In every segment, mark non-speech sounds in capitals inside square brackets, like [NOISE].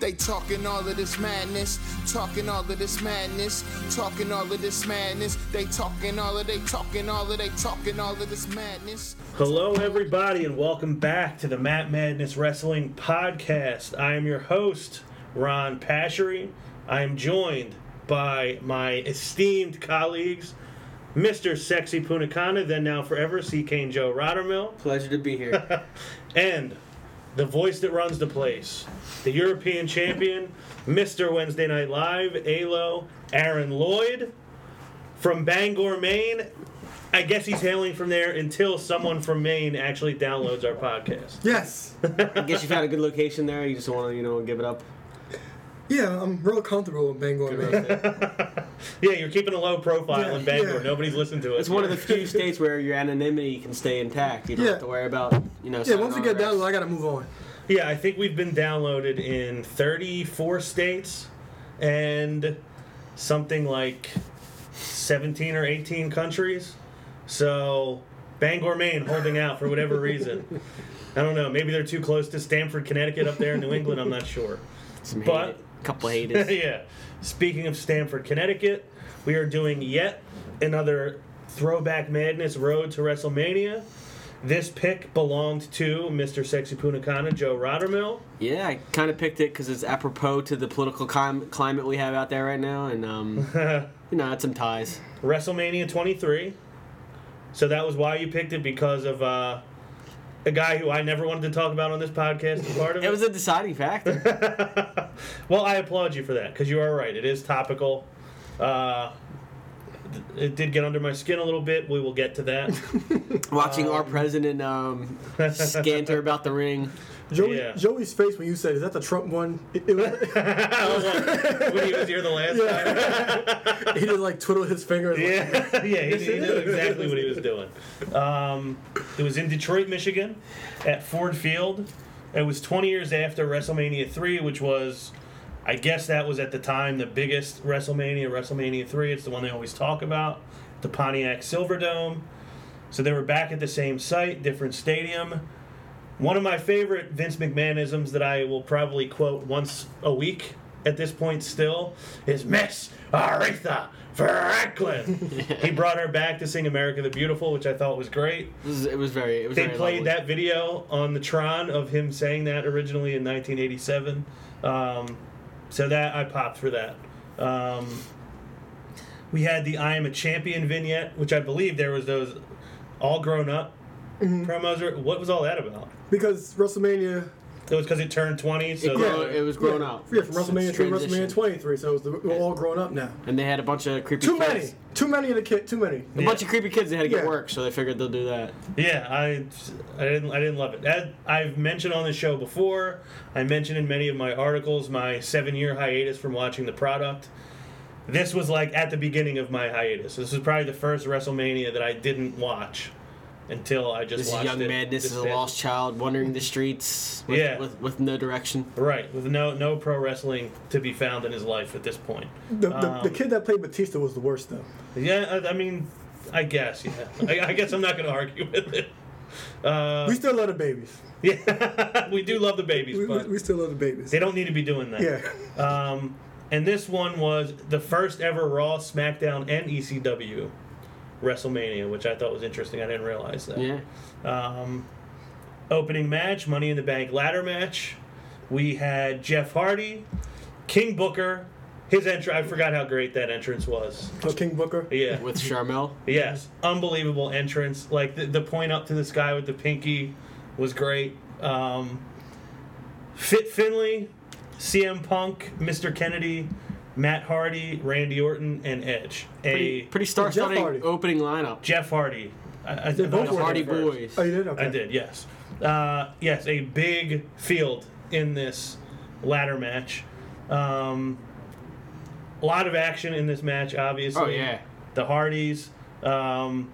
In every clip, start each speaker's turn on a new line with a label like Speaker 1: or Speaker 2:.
Speaker 1: They talking all of this madness, talking all of this madness, talking all of this madness. They talking all of they talking all of they talking all of this madness.
Speaker 2: Hello, everybody, and welcome back to the Matt Madness Wrestling Podcast. I am your host, Ron Pashery. I am joined by my esteemed colleagues, Mr. Sexy Punakana, then now forever, C. Kane Joe Rottermill,
Speaker 3: Pleasure to be
Speaker 4: [LAUGHS]
Speaker 3: here.
Speaker 2: and the voice that runs the place, the European champion, Mr. Wednesday Night Live, ALO, Aaron Lloyd from Bangor, Maine. I guess he's hailing from there until someone from Maine actually downloads our podcast.
Speaker 4: Yes.
Speaker 3: I guess you found a good location there. You just want to, you know, give it up.
Speaker 4: Yeah, I'm real comfortable with Bangor, man.
Speaker 2: Yeah, you're keeping a low profile in
Speaker 4: Yeah,
Speaker 2: Bangor.
Speaker 4: yeah.
Speaker 2: Nobody's listened to us.
Speaker 3: It's one of the
Speaker 4: [LAUGHS]
Speaker 3: few states where your anonymity can stay intact. You don't
Speaker 4: Yeah.
Speaker 3: have to worry about, you know.
Speaker 4: Yeah,
Speaker 3: signing
Speaker 4: once you get
Speaker 3: autographs.
Speaker 4: down, I gotta move on.
Speaker 2: Yeah, I think we've been downloaded in 34 states and something like 17 or 18 countries. So Bangor, Maine, holding out for whatever reason. I don't know. Maybe they're too close to Stamford, Connecticut, up there in New England. I'm not sure.
Speaker 3: Some
Speaker 2: but-
Speaker 3: hate- couple
Speaker 4: [LAUGHS]
Speaker 3: haters.
Speaker 2: yeah. Speaking of Stamford, Connecticut, we are doing yet another Throwback Madness Road to WrestleMania. This pick belonged to Mr. Sexy Punakana, Joe Rottermill.
Speaker 3: yeah, I kind of picked it because it's apropos to the political clim- climate we have out there right now, and
Speaker 4: [LAUGHS]
Speaker 3: um, you know, I had some ties.
Speaker 2: WrestleMania 23. So that was why you picked it because of uh, a guy who I never wanted to talk about on this podcast as part of it.
Speaker 3: It was a deciding factor.
Speaker 4: [LAUGHS]
Speaker 2: well, I applaud you for that because you are right. It is topical. Uh, th- it did get under my skin a little bit. We will get to that. [LAUGHS]
Speaker 3: Watching our president um, scanter about the ring.
Speaker 4: Joey,
Speaker 2: Yeah.
Speaker 4: Joey's face when you said, "Is that the Trump one?" It, it was,
Speaker 2: Oh, when he was here the last time.
Speaker 4: he did like twiddle his finger. and,
Speaker 2: [LAUGHS]
Speaker 4: like,
Speaker 2: Yeah, yeah, he, he knew exactly what he was doing. Um, it was in Detroit, Michigan, at Ford Field. It was 20 years after WrestleMania 3, which was, I guess that was at the time the biggest WrestleMania, WrestleMania 3. It's the one they always talk about, the Pontiac Silverdome. So they were back at the same site, different stadium. One of my favorite Vince McMahonisms that I will probably quote once a week at this point still is Miss Aretha Franklin.
Speaker 3: [LAUGHS]
Speaker 2: he brought her back to sing America the Beautiful, which I thought was great.
Speaker 3: It was, it was very. It was
Speaker 2: They
Speaker 3: very
Speaker 2: played
Speaker 3: lovely.
Speaker 2: that video on the Tron of him saying that originally in 1987. Um, so that I popped for that. Um, we had the "I Am a Champion" vignette, which I believe there was those all grown up promos. Or, what was all that about?
Speaker 4: because WrestleMania,
Speaker 2: It was because it turned 20, so
Speaker 3: It,
Speaker 2: yeah.
Speaker 3: grown, it was grown up.
Speaker 4: yeah, from
Speaker 3: It's-
Speaker 4: WrestleMania
Speaker 3: it's
Speaker 4: three, WrestleMania
Speaker 3: transition.
Speaker 4: twenty three. So it was the, we're all grown up now.
Speaker 3: And they had a bunch of creepy.
Speaker 4: Too
Speaker 3: kids.
Speaker 4: many, too many of the kid, too many.
Speaker 3: A bunch of creepy kids that had to get
Speaker 4: Yeah.
Speaker 3: work, so they figured they'll do that.
Speaker 2: I, I didn't, I didn't love it. As I've mentioned on the show before. I mentioned in many of my articles my seven-year hiatus from watching the product. This was like at the beginning of my hiatus. This was probably the first WrestleMania that I didn't watch until I just
Speaker 3: This is
Speaker 2: watched
Speaker 3: young
Speaker 2: it
Speaker 3: madness
Speaker 2: this
Speaker 3: is a
Speaker 2: past-
Speaker 3: lost child wandering the streets with,
Speaker 2: Yeah.
Speaker 3: with, with no direction.
Speaker 2: Right, with no no pro wrestling to be found in his life at this point.
Speaker 4: The, the,
Speaker 2: Um,
Speaker 4: the kid that played Batista was the worst though.
Speaker 2: Yeah, I, I mean, I guess yeah. I, I guess I'm not going to argue [LAUGHS] with it.
Speaker 4: we still love the babies.
Speaker 2: Yeah, we do love the babies,
Speaker 4: We, we,
Speaker 2: but
Speaker 4: we still love the babies.
Speaker 2: they don't need to be doing that.
Speaker 4: Yeah,
Speaker 2: Um, and this one was the first ever Raw, SmackDown, and ECW WrestleMania, which I thought was interesting. I didn't realize that.
Speaker 3: Yeah.
Speaker 2: Um, opening match, Money in the Bank ladder match. We had Jeff Hardy, King Booker. His entrance, I forgot how great that entrance was.
Speaker 4: so Oh, King Booker.
Speaker 2: Yeah.
Speaker 3: With Charmel.
Speaker 2: Yes, unbelievable entrance. Like the, the point up to this guy with the pinky was great. Um, Fit Finley, CM Punk, Mr. Kennedy, Matt Hardy, Randy Orton, and Edge.
Speaker 3: Pretty,
Speaker 2: A
Speaker 3: pretty star
Speaker 4: Hardy.
Speaker 3: studding opening lineup.
Speaker 2: Jeff Hardy. I, I,
Speaker 4: They both
Speaker 2: I-
Speaker 3: The
Speaker 4: were
Speaker 3: Hardy
Speaker 2: first.
Speaker 3: Boys.
Speaker 4: Oh, you did? Okay.
Speaker 2: I did. Yes. Uh, yes, a big field in this ladder match. Um, a lot of action in this match, obviously.
Speaker 3: Oh, yeah.
Speaker 2: The Hardys, um,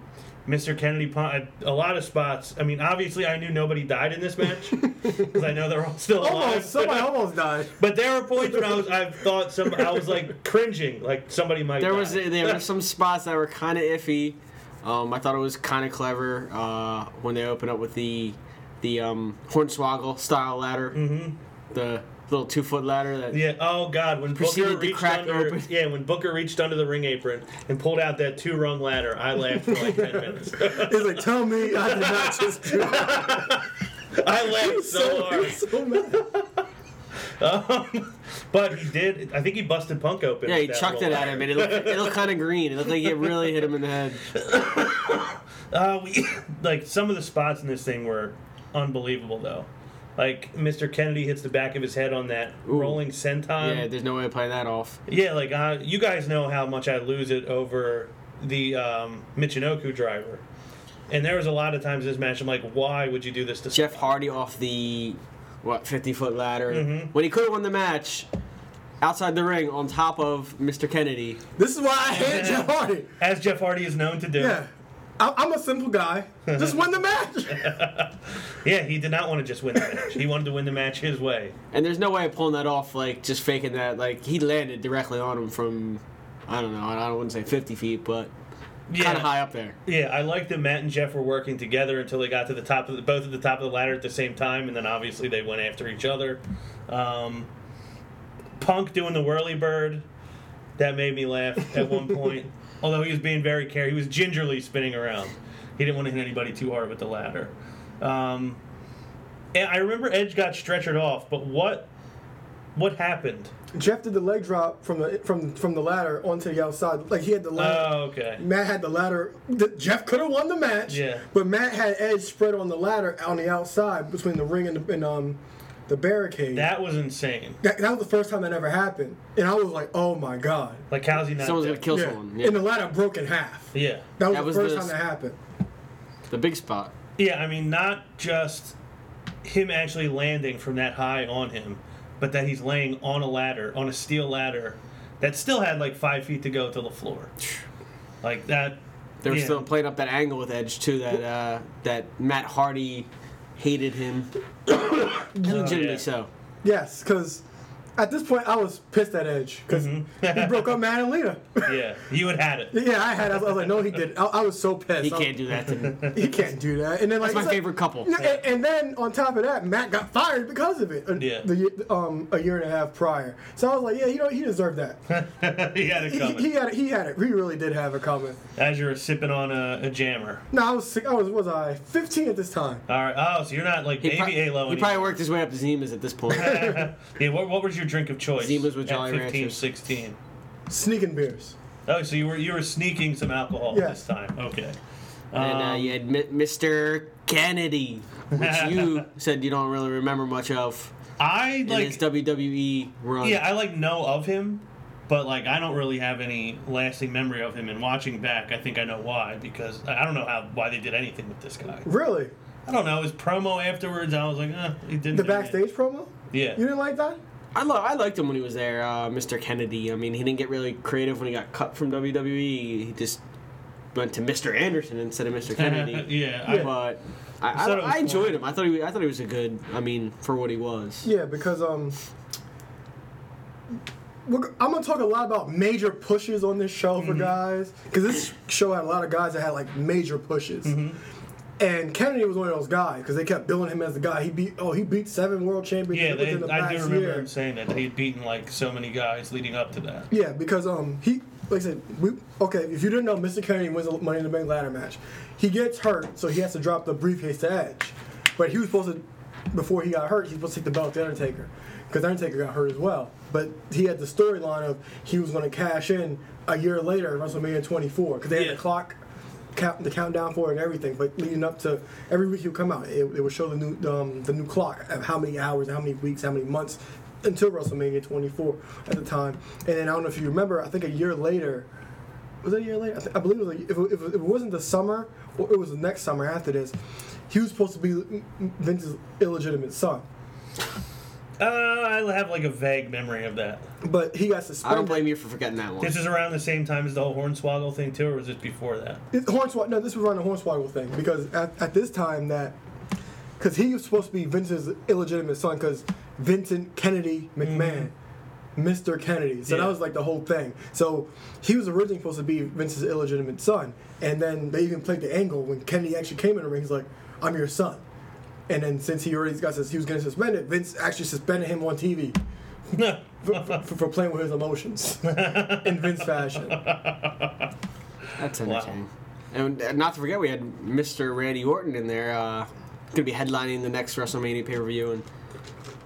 Speaker 2: Mr. Kennedy, Pon- uh, a lot of spots. I mean, obviously, I knew nobody died in this
Speaker 4: [LAUGHS]
Speaker 2: match because I know they're all still alive.
Speaker 4: Almost, somebody almost died.
Speaker 2: But there were points when I was, I thought some, I was like cringing, like somebody might.
Speaker 3: There
Speaker 2: die.
Speaker 3: was
Speaker 2: [LAUGHS]
Speaker 3: there were some spots that were kind of iffy. Um, I thought it was kind of clever uh, when they opened up with the the um, Hornswoggle style ladder. Mm-hmm. The little two foot ladder that
Speaker 2: Yeah. Oh God, when
Speaker 3: Proceeded
Speaker 2: Booker
Speaker 3: to
Speaker 2: reached
Speaker 3: crack
Speaker 2: under,
Speaker 3: open-
Speaker 2: [LAUGHS] yeah, when Booker reached under the ring apron and pulled out that two rung ladder, I laughed for like ten
Speaker 4: [LAUGHS]
Speaker 2: minutes.
Speaker 4: He's like, tell me I did
Speaker 2: [LAUGHS]
Speaker 4: not just do it.
Speaker 2: I laughed so
Speaker 4: [LAUGHS] he
Speaker 2: hard.
Speaker 4: was so mad.
Speaker 2: But he did. I think he busted Punk open.
Speaker 3: Yeah,
Speaker 2: with
Speaker 3: he
Speaker 2: that
Speaker 3: chucked it
Speaker 2: little
Speaker 3: at
Speaker 2: ladder.
Speaker 3: him, and it looked, it looked kind of green. It looked like it really hit him in
Speaker 2: [LAUGHS]
Speaker 3: the head.
Speaker 2: Uh, we, [LAUGHS] like some of the spots in this thing were unbelievable though. Like Mr. Kennedy hits the back of his head on that rolling senton.
Speaker 3: Yeah, there's no way to play that off.
Speaker 2: Yeah, like uh, you guys know how much I lose it over the um, Michinoku driver, and there was a lot of times in this match I'm like, why would you do this to
Speaker 3: Jeff Hardy off the what 50 foot ladder when he could have won the match outside the ring on top of Mr. Kennedy.
Speaker 4: This is why I hate Jeff Hardy.
Speaker 2: as Jeff Hardy is known to do?
Speaker 4: Yeah. I- I'm a simple guy. Just win
Speaker 2: [LAUGHS]
Speaker 4: the match.
Speaker 2: Yeah, he did not want to just
Speaker 3: [LAUGHS]
Speaker 2: win the match. he wanted to win the match his way.
Speaker 3: And there's no way of pulling that off, like just faking that. Like he landed directly on him from, I don't know, I don't want to say 50 feet, but
Speaker 2: Yeah,
Speaker 3: kind of high up there.
Speaker 2: yeah. I like that Matt and Jeff were working together until they got to the top of the, both at the top of the ladder at the same time, and then obviously they went after each other. Um, Punk doing the whirly bird that made me laugh at one point. Although he was being very careful, he was gingerly spinning around. He didn't want to hit anybody too hard with the ladder. Um, and I remember Edge got stretchered off, but what what happened?
Speaker 4: Jeff did the leg drop from the from from the ladder onto the outside. Like he had the ladder.
Speaker 2: Oh, okay.
Speaker 4: Matt had the ladder. the- Jeff could have won the match.
Speaker 2: Yeah.
Speaker 4: But Matt had Edge spread on the ladder on the outside between the ring and, the, and um the barricade.
Speaker 2: That was insane.
Speaker 4: that that was the first time that ever happened, and I was like, oh my god.
Speaker 2: Like, how's he not?
Speaker 3: Someone's
Speaker 2: dead?
Speaker 3: gonna kill
Speaker 4: Yeah.
Speaker 3: someone. Yeah.
Speaker 4: And the ladder broke in half.
Speaker 2: Yeah.
Speaker 4: That was
Speaker 3: That
Speaker 4: the
Speaker 3: was
Speaker 4: first
Speaker 3: the-
Speaker 4: time that happened.
Speaker 3: The big spot.
Speaker 2: Yeah, I mean, not just him actually landing from that high on him, but that he's laying on a ladder, on a steel ladder that still had like five feet to go to the floor. Like that.
Speaker 3: They were
Speaker 2: yeah.
Speaker 3: still playing up that angle with Edge too. That uh, that Matt Hardy hated him, and legitimately
Speaker 2: yeah.
Speaker 3: so.
Speaker 4: Yes, because at this point I was pissed at Edge because he broke up Matt and Lita. [LAUGHS]
Speaker 2: Yeah, you had had it. [LAUGHS]
Speaker 4: yeah, I had. I was, I was like, no, he did. I, I was so pissed.
Speaker 3: He
Speaker 4: I was-
Speaker 3: can't do that to me.
Speaker 4: He can't do that. And then like
Speaker 3: That's my
Speaker 4: it's like-
Speaker 3: favorite couple.
Speaker 4: Yeah, And, and then on top of that, Matt got fired because of it. uh,
Speaker 2: Yeah.
Speaker 4: The, year- um, a year and a half prior. So I was like, yeah, you know, he deserved that.
Speaker 2: he had it
Speaker 4: he,
Speaker 2: coming.
Speaker 3: [LAUGHS]
Speaker 4: he had it. He had it. He really did have it coming.
Speaker 2: As you were sipping on a, a jammer.
Speaker 4: No, I was sick. I was was I 15 at this time.
Speaker 2: All right. Oh, so you're not like
Speaker 3: He,
Speaker 2: baby
Speaker 3: pro-
Speaker 2: Halo.
Speaker 3: he probably worked his way up to Zimas at this
Speaker 2: [LAUGHS]
Speaker 3: point.
Speaker 2: yeah. What, what was your drink of choice?
Speaker 3: Zimas with Jolly
Speaker 2: at 15,
Speaker 3: Ranchers.
Speaker 2: 16.
Speaker 4: Sneaking beers.
Speaker 2: Oh, so you were you were sneaking some alcohol
Speaker 4: Yeah.
Speaker 2: this time. Okay.
Speaker 3: and uh, you had M- Mr. Kennedy, which
Speaker 2: [LAUGHS]
Speaker 3: you said you don't really remember much of
Speaker 2: I
Speaker 3: in
Speaker 2: like
Speaker 3: his WWE run.
Speaker 2: Yeah, I like know of him, but like I don't really have any lasting memory of him. And watching back, I think I know why because I I don't know how why they did anything with this guy.
Speaker 4: Really?
Speaker 2: I don't know his promo afterwards. I was like, eh, he didn't.
Speaker 4: The
Speaker 2: do it.
Speaker 4: backstage promo?
Speaker 2: Yeah.
Speaker 4: You didn't like that?
Speaker 3: I, lo- I liked him when he was there, uh, Mr. Kennedy. I mean, he didn't get really creative when he got cut from WWE. He just went to Mr. Anderson instead of Mr. Kennedy.
Speaker 2: [LAUGHS] yeah, I,
Speaker 4: Yeah.
Speaker 3: But I, I,
Speaker 2: Said it was
Speaker 3: I enjoyed
Speaker 2: fun.
Speaker 3: him. I thought he was, I thought he was a good. I mean, for what he was.
Speaker 4: Yeah, because um. We're, g- I'm gonna talk a lot about major pushes on this show
Speaker 2: Mm-hmm.
Speaker 4: for guys, because this show had a lot of guys that had like major pushes,
Speaker 2: Mm-hmm.
Speaker 4: and Kennedy was one of those guys because they kept billing him as the guy. He beat oh he beat seven world champions
Speaker 2: yeah. They,
Speaker 4: within the
Speaker 2: I
Speaker 4: past
Speaker 2: do remember
Speaker 4: year.
Speaker 2: him saying that, that he'd beaten like so many guys leading up to that.
Speaker 4: Yeah, because um he like I said we okay if you didn't know Mr. Kennedy wins the Money in the Bank ladder match, he gets hurt so he has to drop the briefcase to Edge, but he was supposed to before he got hurt he was supposed to take the belt to Undertaker because Undertaker got hurt as well, but he had the storyline of he was going to cash in a year later at WrestleMania 24 because they had
Speaker 2: Yeah.
Speaker 4: the clock. Count, the countdown for it and everything, but leading up to every week he would come out, it, it would show the new um, the new clock of how many hours, how many weeks, how many months until WrestleMania 24 at the time. And then I don't know if you remember, I think a year later, was it a year later? I, th- I believe it was. Like, if, it, if it wasn't the summer, or it was the next summer after this, he was supposed to be Vince's illegitimate son,
Speaker 2: Uh, I have like a vague memory of that.
Speaker 4: but he got
Speaker 3: I
Speaker 4: suspended.
Speaker 3: don't blame you for forgetting that one.
Speaker 2: This is around the same time as the whole Hornswoggle thing too, or was this before that?
Speaker 4: It, Hornswoggle. No, this was around the Hornswoggle thing because at, at this time that, because he was supposed to be Vince's illegitimate son because Vincent Kennedy McMahon, Mr. Kennedy. So
Speaker 2: Yeah.
Speaker 4: that was like the whole thing. So he was originally supposed to be Vince's illegitimate son, and then they even played the angle when Kennedy actually came in the ring. He's like, "I'm your son." And then since he already got sus- he was getting suspended, Vince actually suspended him on TV for, for, for playing with his emotions in Vince fashion.
Speaker 3: That's entertaining. And uh, not to forget, we had Mr. Randy Orton in there, uh, gonna be headlining the next WrestleMania pay per view, and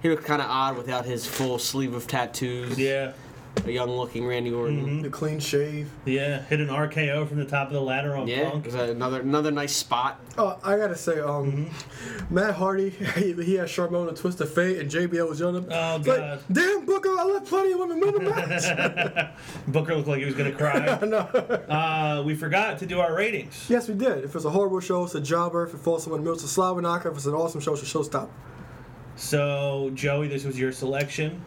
Speaker 3: he looked kind of odd without his full sleeve of tattoos.
Speaker 2: yeah, Mm-hmm.
Speaker 3: a young looking Randy Orton.
Speaker 4: The clean shave.
Speaker 2: yeah. Hit an RKO from the top of the ladder on
Speaker 3: Yeah, it
Speaker 2: Punk.
Speaker 3: was another another nice spot.
Speaker 4: Oh, I gotta say, um,
Speaker 2: Mm-hmm.
Speaker 4: Matt Hardy, [LAUGHS] he, he had Charmel in a twist of fate, and JBL was yelling.
Speaker 2: Oh, God.
Speaker 4: It's Like, Damn, Booker, I left plenty of women win the
Speaker 2: [LAUGHS]
Speaker 4: match.
Speaker 2: Booker looked like he was gonna
Speaker 4: I [LAUGHS]
Speaker 2: cry.
Speaker 4: know.
Speaker 2: uh, we forgot to do our ratings.
Speaker 4: Yes, we did. If it's a horrible show, it's a jobber. If it falls someone in the middle, it's a slobber knocker. If it's an awesome show, it's a showstopper.
Speaker 2: So Joey, this was your selection.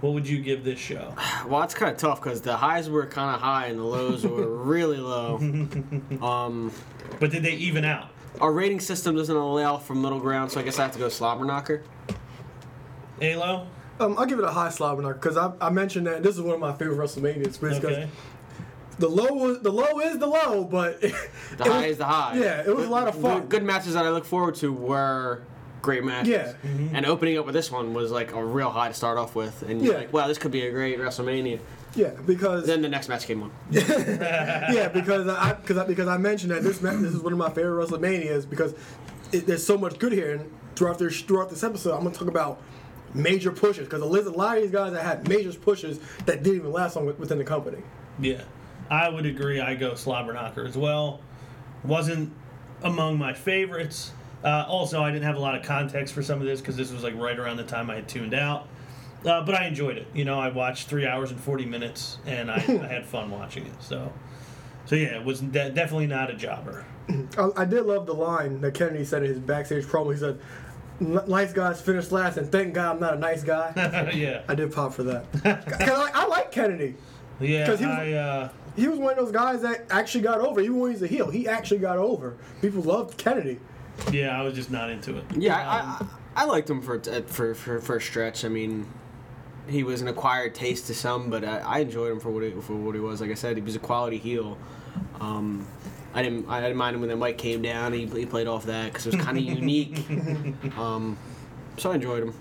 Speaker 2: What would you give this show?
Speaker 3: Well, it's kind of tough because the highs were kind of high and the
Speaker 2: [LAUGHS]
Speaker 3: lows were really low.
Speaker 2: Mm-hmm.
Speaker 3: Um,
Speaker 2: But did they even out?
Speaker 3: our rating system doesn't allow for middle ground, so I guess I have to go slobber knocker.
Speaker 2: Alo?
Speaker 4: Um, I'll give it a high slobber knocker because I, I mentioned that this is one of my favorite WrestleManias. Because
Speaker 2: Okay.
Speaker 4: the low was, the low is the low, but [LAUGHS] the
Speaker 3: The high is the high.
Speaker 4: Yeah, it was a lot of
Speaker 3: Good-
Speaker 4: fun.
Speaker 3: Good matches that I look forward to were great matches.
Speaker 4: Yeah.
Speaker 3: And opening up with this one was like a real high to start off with, and you're
Speaker 4: Yeah.
Speaker 3: like, wow, this could be a great WrestleMania.
Speaker 4: Yeah, because
Speaker 3: Then the next match came on.
Speaker 4: yeah, because I because I, because I mentioned that this ma- this is one of my favorite WrestleManias because it, there's so much good here, and throughout this throughout this episode, I'm gonna talk about major pushes because a lot a lot of these guys that had major pushes that didn't even last long wi- within the company.
Speaker 2: Yeah. I would agree. I go slobber knocker as well. Wasn't among my favorites. Uh, also, I didn't have a lot of context for some of this because this was like right around the time I had tuned out. Uh, but I enjoyed it. You know, I watched three hours and 40 minutes and I, I had fun watching it. So, so yeah, it was de- definitely not a jobber. [LAUGHS]
Speaker 4: I, I did love the line that Kennedy said in his backstage promo. He said, "N- "Nice guys finish last, and thank God I'm not a nice guy."
Speaker 2: yeah.
Speaker 4: I did pop for that because I, I like Kennedy.
Speaker 2: Yeah.
Speaker 4: 'Cause he was-
Speaker 2: I, uh,
Speaker 4: He was one of those guys that actually got over. Even when he was a heel, he actually got over. People loved Kennedy.
Speaker 2: yeah, I was just not into it.
Speaker 3: Yeah, I, I, I liked him for, uh, for for for a stretch. I mean, he was an acquired taste to some, but I, I enjoyed him for what he, for what he was. Like I said, he was a quality heel. Um, I didn't I didn't mind him when the mic came down. He, he played off that because it was kind
Speaker 4: [LAUGHS]
Speaker 3: of unique. Um, so I enjoyed him.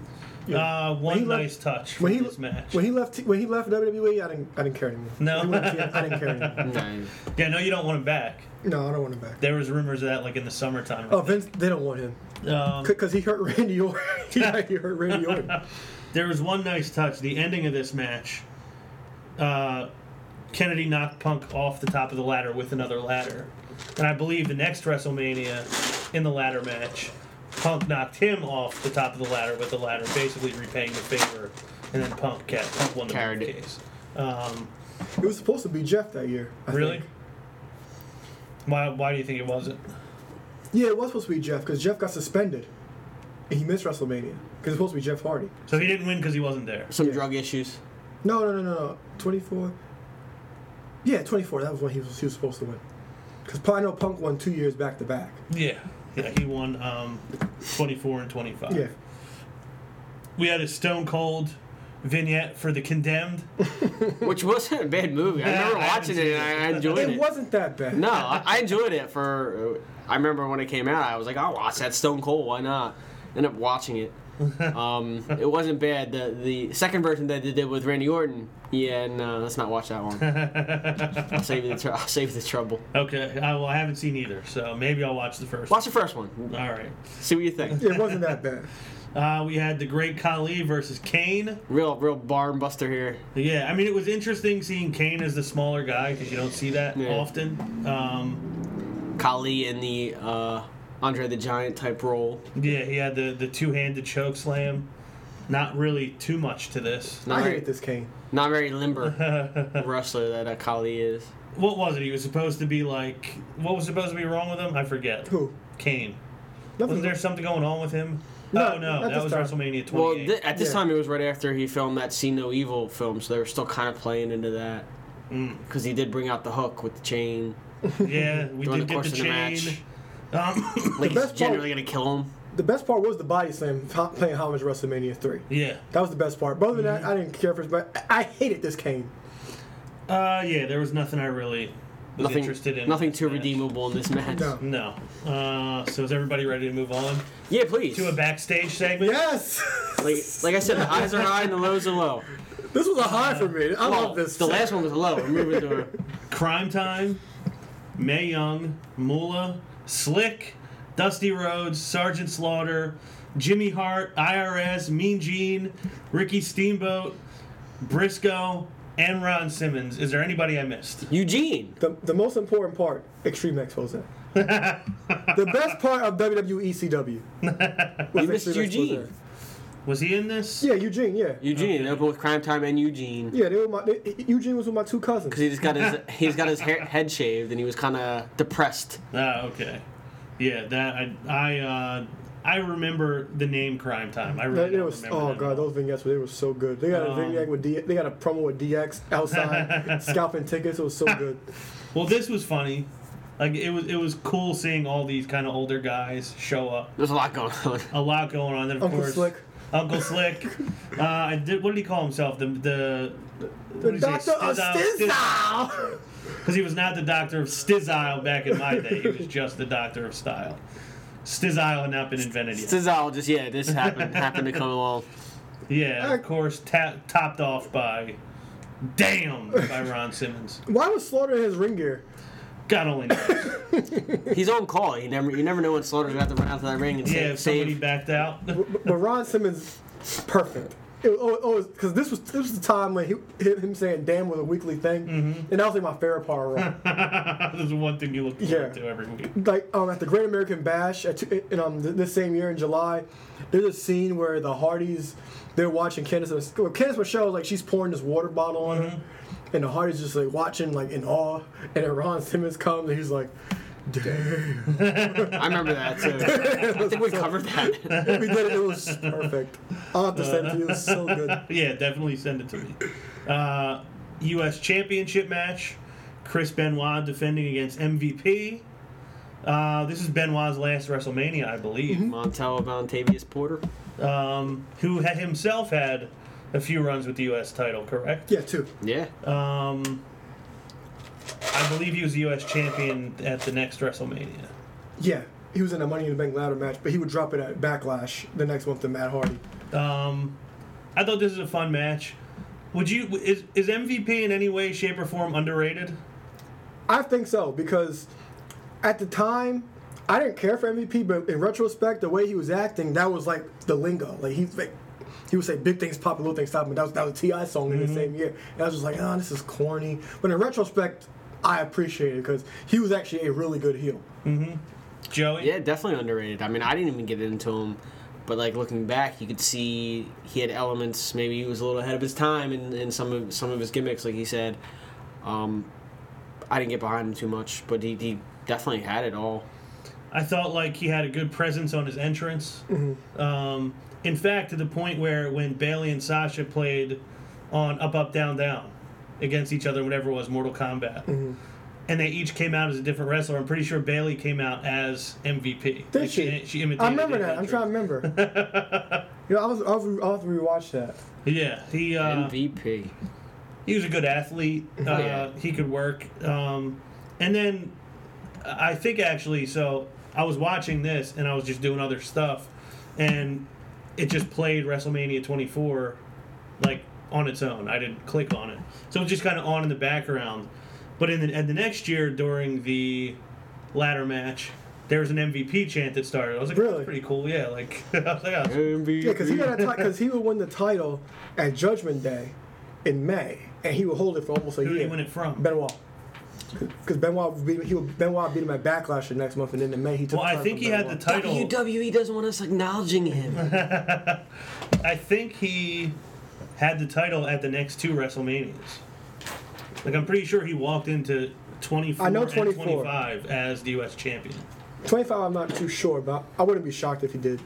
Speaker 2: Uh, one
Speaker 4: he left-
Speaker 2: nice touch from
Speaker 4: when he
Speaker 2: this match.
Speaker 4: when he left when he left WWE, I didn't I didn't care anymore.
Speaker 2: No.
Speaker 4: When he went to TNA, I didn't
Speaker 2: [LAUGHS]
Speaker 4: care anymore.
Speaker 3: Nice.
Speaker 2: yeah, no, you don't want him back.
Speaker 4: No, I don't want him back.
Speaker 2: There was rumors of that like in the summertime. I
Speaker 4: Oh, Vince, they don't want him
Speaker 2: think. um,
Speaker 4: because he hurt Randy Orton.
Speaker 2: [LAUGHS]
Speaker 4: yeah, [LAUGHS] he hurt Randy Orton.
Speaker 2: there was one nice touch. The ending of this match, uh, Kennedy knocked Punk off the top of the ladder with another ladder, and I believe the next WrestleMania, in the ladder match, Punk knocked him off the top of the ladder with the ladder, basically repaying the favor, and then Punk cat Punk won the
Speaker 3: Carried it.
Speaker 2: briefcase. Um,
Speaker 4: It was supposed to be Jeff that year. I
Speaker 2: really?
Speaker 4: Think.
Speaker 2: Why? Why do you think it wasn't?
Speaker 4: Yeah, it was supposed to be Jeff because Jeff got suspended. And he missed WrestleMania because it's supposed to be Jeff Hardy.
Speaker 2: So he didn't win because he wasn't there.
Speaker 3: Some drug issues.
Speaker 4: No, no, no, no, no. Twenty four. Yeah, twenty four. That was when he was he was supposed to win. Because Pino Punk won two years back to back.
Speaker 2: Yeah, yeah, he won um, 24 and 25.
Speaker 4: Yeah.
Speaker 2: We had a Stone Cold vignette for the condemned.
Speaker 3: Which wasn't a bad movie. I
Speaker 2: Yeah,
Speaker 3: remember
Speaker 2: I haven't
Speaker 3: watching
Speaker 2: seen
Speaker 3: it
Speaker 2: it.
Speaker 3: and I I enjoyed it.
Speaker 4: It wasn't that bad.
Speaker 3: No, I, I enjoyed it for. I remember when it came out, I was like, "I'll watch that Stone Cold. Why not?" Ended up
Speaker 2: [LAUGHS]
Speaker 3: watching it. Um, it wasn't bad. The the second version that they did with Randy Orton. Yeah, no, let's not watch that
Speaker 2: [LAUGHS]
Speaker 3: one. I'll save you the tr- I'll save the trouble.
Speaker 2: Okay, I, well, I haven't seen either, so maybe I'll watch the first.
Speaker 3: Watch the first one.
Speaker 2: All right.
Speaker 3: See what you think.
Speaker 4: It wasn't that bad.
Speaker 2: Uh, we had the Great Khali versus Kane.
Speaker 3: Real real barn buster here.
Speaker 2: Yeah, I mean, it was interesting seeing Kane as the smaller guy because you don't see that
Speaker 3: Yeah.
Speaker 2: often. Um,
Speaker 3: Kali in the uh, Andre the Giant type role.
Speaker 2: yeah, he had the, the two handed choke slam. Not really too much to this.
Speaker 3: Not
Speaker 4: I
Speaker 3: very,
Speaker 4: hated this Kane.
Speaker 3: not very limber
Speaker 2: [LAUGHS]
Speaker 3: wrestler that uh, Kali is.
Speaker 2: What was it? He was supposed to be like. What was supposed to be wrong with him? I forget.
Speaker 4: Who?
Speaker 2: Kane.
Speaker 4: Nothing.
Speaker 2: Wasn't there something going on with him?
Speaker 4: No,
Speaker 2: oh no,
Speaker 4: not
Speaker 2: that
Speaker 4: this
Speaker 2: was
Speaker 4: time.
Speaker 2: WrestleMania 28.
Speaker 3: Well, th- at this
Speaker 4: Yeah.
Speaker 3: time, it was right after he filmed that See No Evil film, so they were still kind of playing into that.
Speaker 2: Mm.
Speaker 3: Because he did bring out the hook with the chain.
Speaker 2: yeah, we did
Speaker 3: during the
Speaker 2: get the
Speaker 3: course of the
Speaker 2: chain. um, [COUGHS]
Speaker 3: Like, he's
Speaker 4: best part-
Speaker 3: generally going to kill him.
Speaker 4: The best part was the body slam [LAUGHS] ho- playing homage to WrestleMania 3.
Speaker 2: yeah,
Speaker 4: That was the best part. But other than that, I didn't care for it. But I I hated this Kane.
Speaker 2: uh, yeah. There was nothing I really was
Speaker 3: nothing,
Speaker 2: interested in.
Speaker 3: nothing
Speaker 2: this
Speaker 3: too
Speaker 2: match.
Speaker 3: redeemable in this match.
Speaker 4: No.
Speaker 2: No. Uh, so is everybody ready to move on
Speaker 3: Yeah, please.
Speaker 2: to a backstage segment?
Speaker 4: Yes, [LAUGHS]
Speaker 3: Like, like I said, the highs are high and the lows are low.
Speaker 4: this was a high for me. I
Speaker 3: Well,
Speaker 4: love this.
Speaker 3: The last one was low. Remember the
Speaker 2: Crime Time, May Young, Moolah, Slick, Dusty Rhodes, Sergeant Slaughter, Jimmy Hart, IRS, Mean Gene, Ricky Steamboat, Briscoe, and Ron Simmons. Is there anybody I missed?
Speaker 3: Eugene.
Speaker 4: The, the most important part, Extreme Expose. [LAUGHS] the best part of WWE [LAUGHS] CW. was
Speaker 3: You missed
Speaker 4: Extreme
Speaker 3: Eugene.
Speaker 4: Exposé.
Speaker 2: Was he in this?
Speaker 4: Yeah, Eugene, yeah.
Speaker 3: Eugene. They're both crime time and Eugene.
Speaker 4: Yeah, they were my, they- E, Eugene was with my two cousins.
Speaker 3: He just got his he's got his hair, head shaved and he was kind of depressed.
Speaker 2: Ah, okay. Yeah, that I I uh, I remember the name Crime Time. I
Speaker 4: That-
Speaker 2: really
Speaker 4: it
Speaker 2: don't
Speaker 4: was-
Speaker 2: remember.
Speaker 4: oh
Speaker 2: that.
Speaker 4: god, those vignettes were they were so good. They got a
Speaker 2: Um,
Speaker 4: vignette with D, they got a promo with DX [LAUGHS] outside scalping tickets. It was so good.
Speaker 2: Well, this was funny. Like it was it was cool seeing all these kind of older guys show up.
Speaker 3: There's a lot going on.
Speaker 2: [LAUGHS] A lot going on. Then of
Speaker 4: Uncle
Speaker 2: course,
Speaker 4: Slick.
Speaker 2: Uncle
Speaker 4: [LAUGHS]
Speaker 2: Slick. Uh, I did, what did he call himself? The the.
Speaker 4: The Doctor of Style.
Speaker 2: Because he was not the doctor of Stizile back in my day. He was just the doctor of style. Stizile had not been invented yet.
Speaker 3: Cesaro just yeah, this happened happened to come along.
Speaker 2: Yeah, of course, ta- topped off by Damn by Ron Simmons.
Speaker 4: Why was Slaughter in his ring gear?
Speaker 2: God only
Speaker 4: [LAUGHS]
Speaker 2: knows.
Speaker 3: He's on call. You never you never know when Slaughter's about to run out to that ring and
Speaker 2: Yeah,
Speaker 3: save.
Speaker 2: if somebody
Speaker 3: save.
Speaker 2: backed out. [LAUGHS]
Speaker 4: But, but Ron Simmons, perfect. It oh, was because this was this was the time when he, him, him saying "damn" was a weekly thing, and that was like my favorite part of Raw.
Speaker 2: There's one thing you look forward
Speaker 4: Yeah.
Speaker 2: to every week.
Speaker 4: like um, at the Great American Bash at two, in, um, th- this same year in July, there's a scene where the Hardys they're watching Candace Mis- well, Candace Michelle like she's pouring this water bottle on her, and the Hardys just like watching like in awe, and then Ron Simmons comes and he's like, "Damn!"
Speaker 2: [LAUGHS]
Speaker 3: I remember that too. I think we covered that. [LAUGHS]
Speaker 4: [LAUGHS] we did it. It was perfect. I'll have to send it to you. It was so good.
Speaker 2: Yeah, definitely send it to me. Uh, U.S. Championship match. Chris Benoit defending against MVP. Uh, this is Benoit's last WrestleMania, I believe.
Speaker 3: Mm-hmm. Montel Vontavious Porter.
Speaker 2: Um, who had himself had a few runs with the U.S. title, correct?
Speaker 4: Yeah, too.
Speaker 3: Yeah.
Speaker 2: Um, I believe he was the U.S. champion at the next WrestleMania.
Speaker 4: Yeah, he was in a Money in the Bank ladder match, but he would drop it at Backlash the next month to Matt Hardy.
Speaker 2: Um, I thought this was a fun match. Would you is is MVP in any way, shape, or form underrated?
Speaker 4: I think so because at the time I didn't care for MVP, but in retrospect, the way he was acting, that was like the lingo. Like he, like, he would say big things pop, little things stop, and that was that was a Ti song in the same year. And I was just like, oh, this is corny. But in retrospect, I appreciate it because he was actually a really good heel.
Speaker 2: Joey.
Speaker 3: Yeah, definitely underrated. I mean, I didn't even get into him, but like looking back, you could see he had elements. Maybe he was a little ahead of his time in, in some of some of his gimmicks, like he said. Um, I didn't get behind him too much, but he, he definitely had it all.
Speaker 2: I thought like he had a good presence on his entrance.
Speaker 4: Mm-hmm.
Speaker 2: Um, in fact, to the point where when Bailey and Sasha played on Up Up Down Down against each other, whatever it was, Mortal Kombat,
Speaker 4: Mm-hmm.
Speaker 2: and they each came out as a different wrestler. I'm pretty sure Bailey came out as MVP.
Speaker 4: Did
Speaker 2: Like,
Speaker 4: she?
Speaker 2: She imitated.
Speaker 4: I remember
Speaker 2: his
Speaker 4: that. I'm
Speaker 2: entrance.
Speaker 4: trying to remember.
Speaker 2: [LAUGHS]
Speaker 4: you know, I was I was I'll have to rewatch that.
Speaker 2: Yeah, he uh,
Speaker 3: MVP.
Speaker 2: he was a good athlete.
Speaker 4: Mm-hmm.
Speaker 2: Uh,
Speaker 3: yeah.
Speaker 2: He could work. Um, and then I think actually, so I was watching this and I was just doing other stuff, and it just played WrestleMania 24 like on its own. I didn't click on it, so it was just kind of on in the background. But in the, and the next year during the ladder match, there was an MVP chant that started. I was like, "Oh,
Speaker 4: Really?
Speaker 2: that's pretty cool, yeah. Like, [LAUGHS] I was like, "Oh, that's
Speaker 3: MVP.
Speaker 4: Yeah, because he got because he would win the title at Judgment Day in May, and he would hold it for almost a
Speaker 2: Who
Speaker 4: year.
Speaker 2: did he win it from?
Speaker 4: Benoit. Because Benoit beat he would, Benoit beat him at Backlash the next month, and then in May he took.
Speaker 2: Well,
Speaker 4: the
Speaker 2: I
Speaker 4: title
Speaker 2: think
Speaker 4: from
Speaker 2: he had the
Speaker 4: Benoit.
Speaker 2: title.
Speaker 3: E. WWE doesn't want us acknowledging him.
Speaker 2: I think he had the title at the next two WrestleManias. Like I'm pretty sure he walked into 24
Speaker 4: I know
Speaker 2: and
Speaker 4: 24.
Speaker 2: 25 as the US champion.
Speaker 4: Twenty-five, I'm not too sure, but I wouldn't be shocked if he did.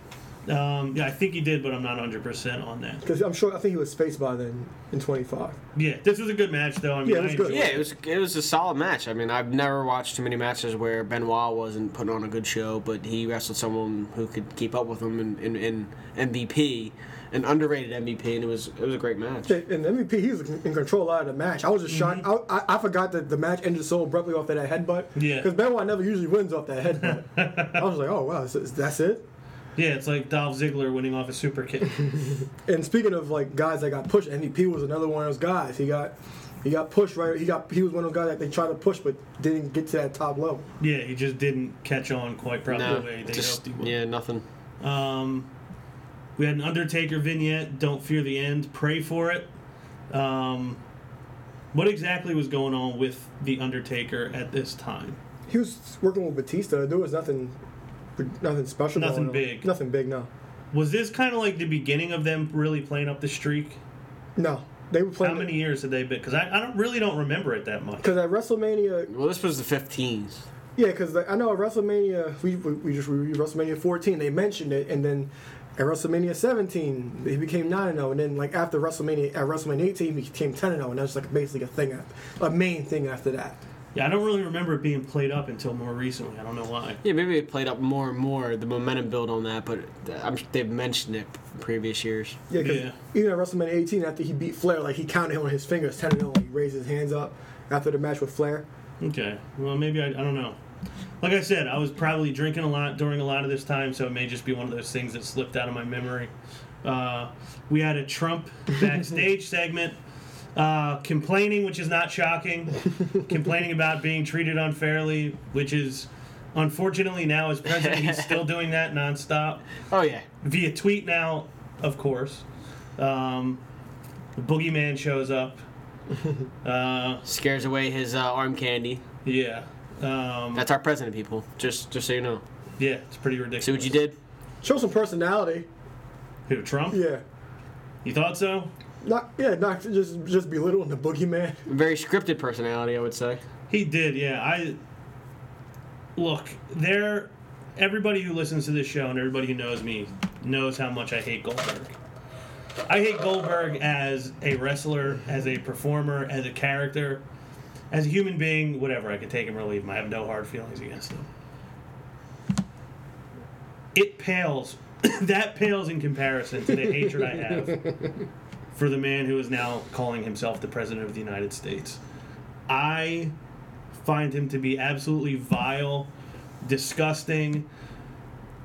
Speaker 2: Um, yeah, I think he did, but I'm not 100% on that.
Speaker 4: Because I'm sure I think he was spaced by then in 25.
Speaker 2: Yeah, this was a good match, though. I mean,
Speaker 4: Yeah, it was
Speaker 2: I
Speaker 4: good.
Speaker 2: enjoyed
Speaker 3: Yeah, it was it was a solid match. I mean, I've never watched too many matches where Benoit wasn't putting on a good show, but he wrestled someone who could keep up with him in, in, in MVP, an underrated MVP, and it was it was a great match.
Speaker 4: Yeah, And MVP, he was in control out of the match. I was just shocked. I, I, I forgot that the match ended so abruptly off that headbutt.
Speaker 2: Mm-hmm. Yeah.
Speaker 4: Because Benoit never usually wins off that
Speaker 2: [LAUGHS]
Speaker 4: headbutt. I was like, oh, wow, so that's it?
Speaker 2: Yeah, it's like Dolph Ziggler winning off a super
Speaker 4: [LAUGHS]
Speaker 2: kick.
Speaker 4: And speaking of like guys that got pushed, MVP was another one of those guys. He got he got pushed right. He got he was one of those guys that they tried to push but didn't get to that top level.
Speaker 2: yeah, he just didn't catch on quite probably
Speaker 3: No,
Speaker 2: the way they
Speaker 3: just
Speaker 2: hoped he would.
Speaker 3: yeah, nothing.
Speaker 2: Um, we had an Undertaker vignette, Don't Fear the End, Pray for It. Um, what exactly was going on with The Undertaker at this time?
Speaker 4: He was working with Batista. There was nothing nothing special.
Speaker 2: Nothing
Speaker 4: going on.
Speaker 2: big.
Speaker 4: Nothing big. No.
Speaker 2: Was this kind of like the beginning of them really playing up the streak?
Speaker 4: No. They were
Speaker 2: How
Speaker 4: playing
Speaker 2: many years had they been? Because I, I don't, really don't remember it that much.
Speaker 4: because at WrestleMania
Speaker 3: Well, this was the 15s.
Speaker 4: Yeah, because like, I know at WrestleMania, we, we, we just reviewed WrestleMania 14, they mentioned it, and then at WrestleMania 17, he became 9 0, and then like after WrestleMania, at WrestleMania 18, he became 10 0, and that's like basically a thing, after, a main thing after that.
Speaker 2: Yeah, I don't really remember it being played up until more recently. I don't know why.
Speaker 3: Yeah, maybe it played up more and more the momentum build on that, but I'm, they've mentioned it previous years.
Speaker 4: Yeah, 'cause
Speaker 2: Yeah.
Speaker 4: even at WrestleMania 18, after he beat Flair, like he counted him on his fingers, 10 0, like raised his hands up after the match with Flair.
Speaker 2: Okay. Well, maybe I, I don't know. Like I said, I was probably drinking a lot during a lot of this time, so it may just be one of those things that slipped out of my memory. Uh, we had a Trump backstage segment. Uh, complaining, which is not shocking, complaining about being treated unfairly, which is unfortunately now as president, he's still doing that nonstop
Speaker 3: Oh yeah,
Speaker 2: via tweet now, of course. Um, the boogeyman shows up. Uh,
Speaker 3: scares away his uh, arm candy.
Speaker 2: yeah. Um,
Speaker 3: That's our president, people. Just just so you know.
Speaker 2: Yeah, it's pretty ridiculous.
Speaker 3: See what you did?
Speaker 4: Show some personality.
Speaker 2: Who, Trump?
Speaker 4: Yeah.
Speaker 2: You thought so?
Speaker 4: Not, yeah, not just just belittling the boogeyman.
Speaker 3: Very scripted personality, I would say.
Speaker 2: He did, yeah. I look, there everybody who listens to this show and everybody who knows me knows how much I hate Goldberg. I hate Goldberg as a wrestler, as a performer, as a character, as a human being, whatever. I can take him or leave him. I have no hard feelings against him. It pales, [COUGHS] that pales in comparison to the hatred I have for the man who is now calling himself the President of the United States. I find him to be absolutely vile, disgusting,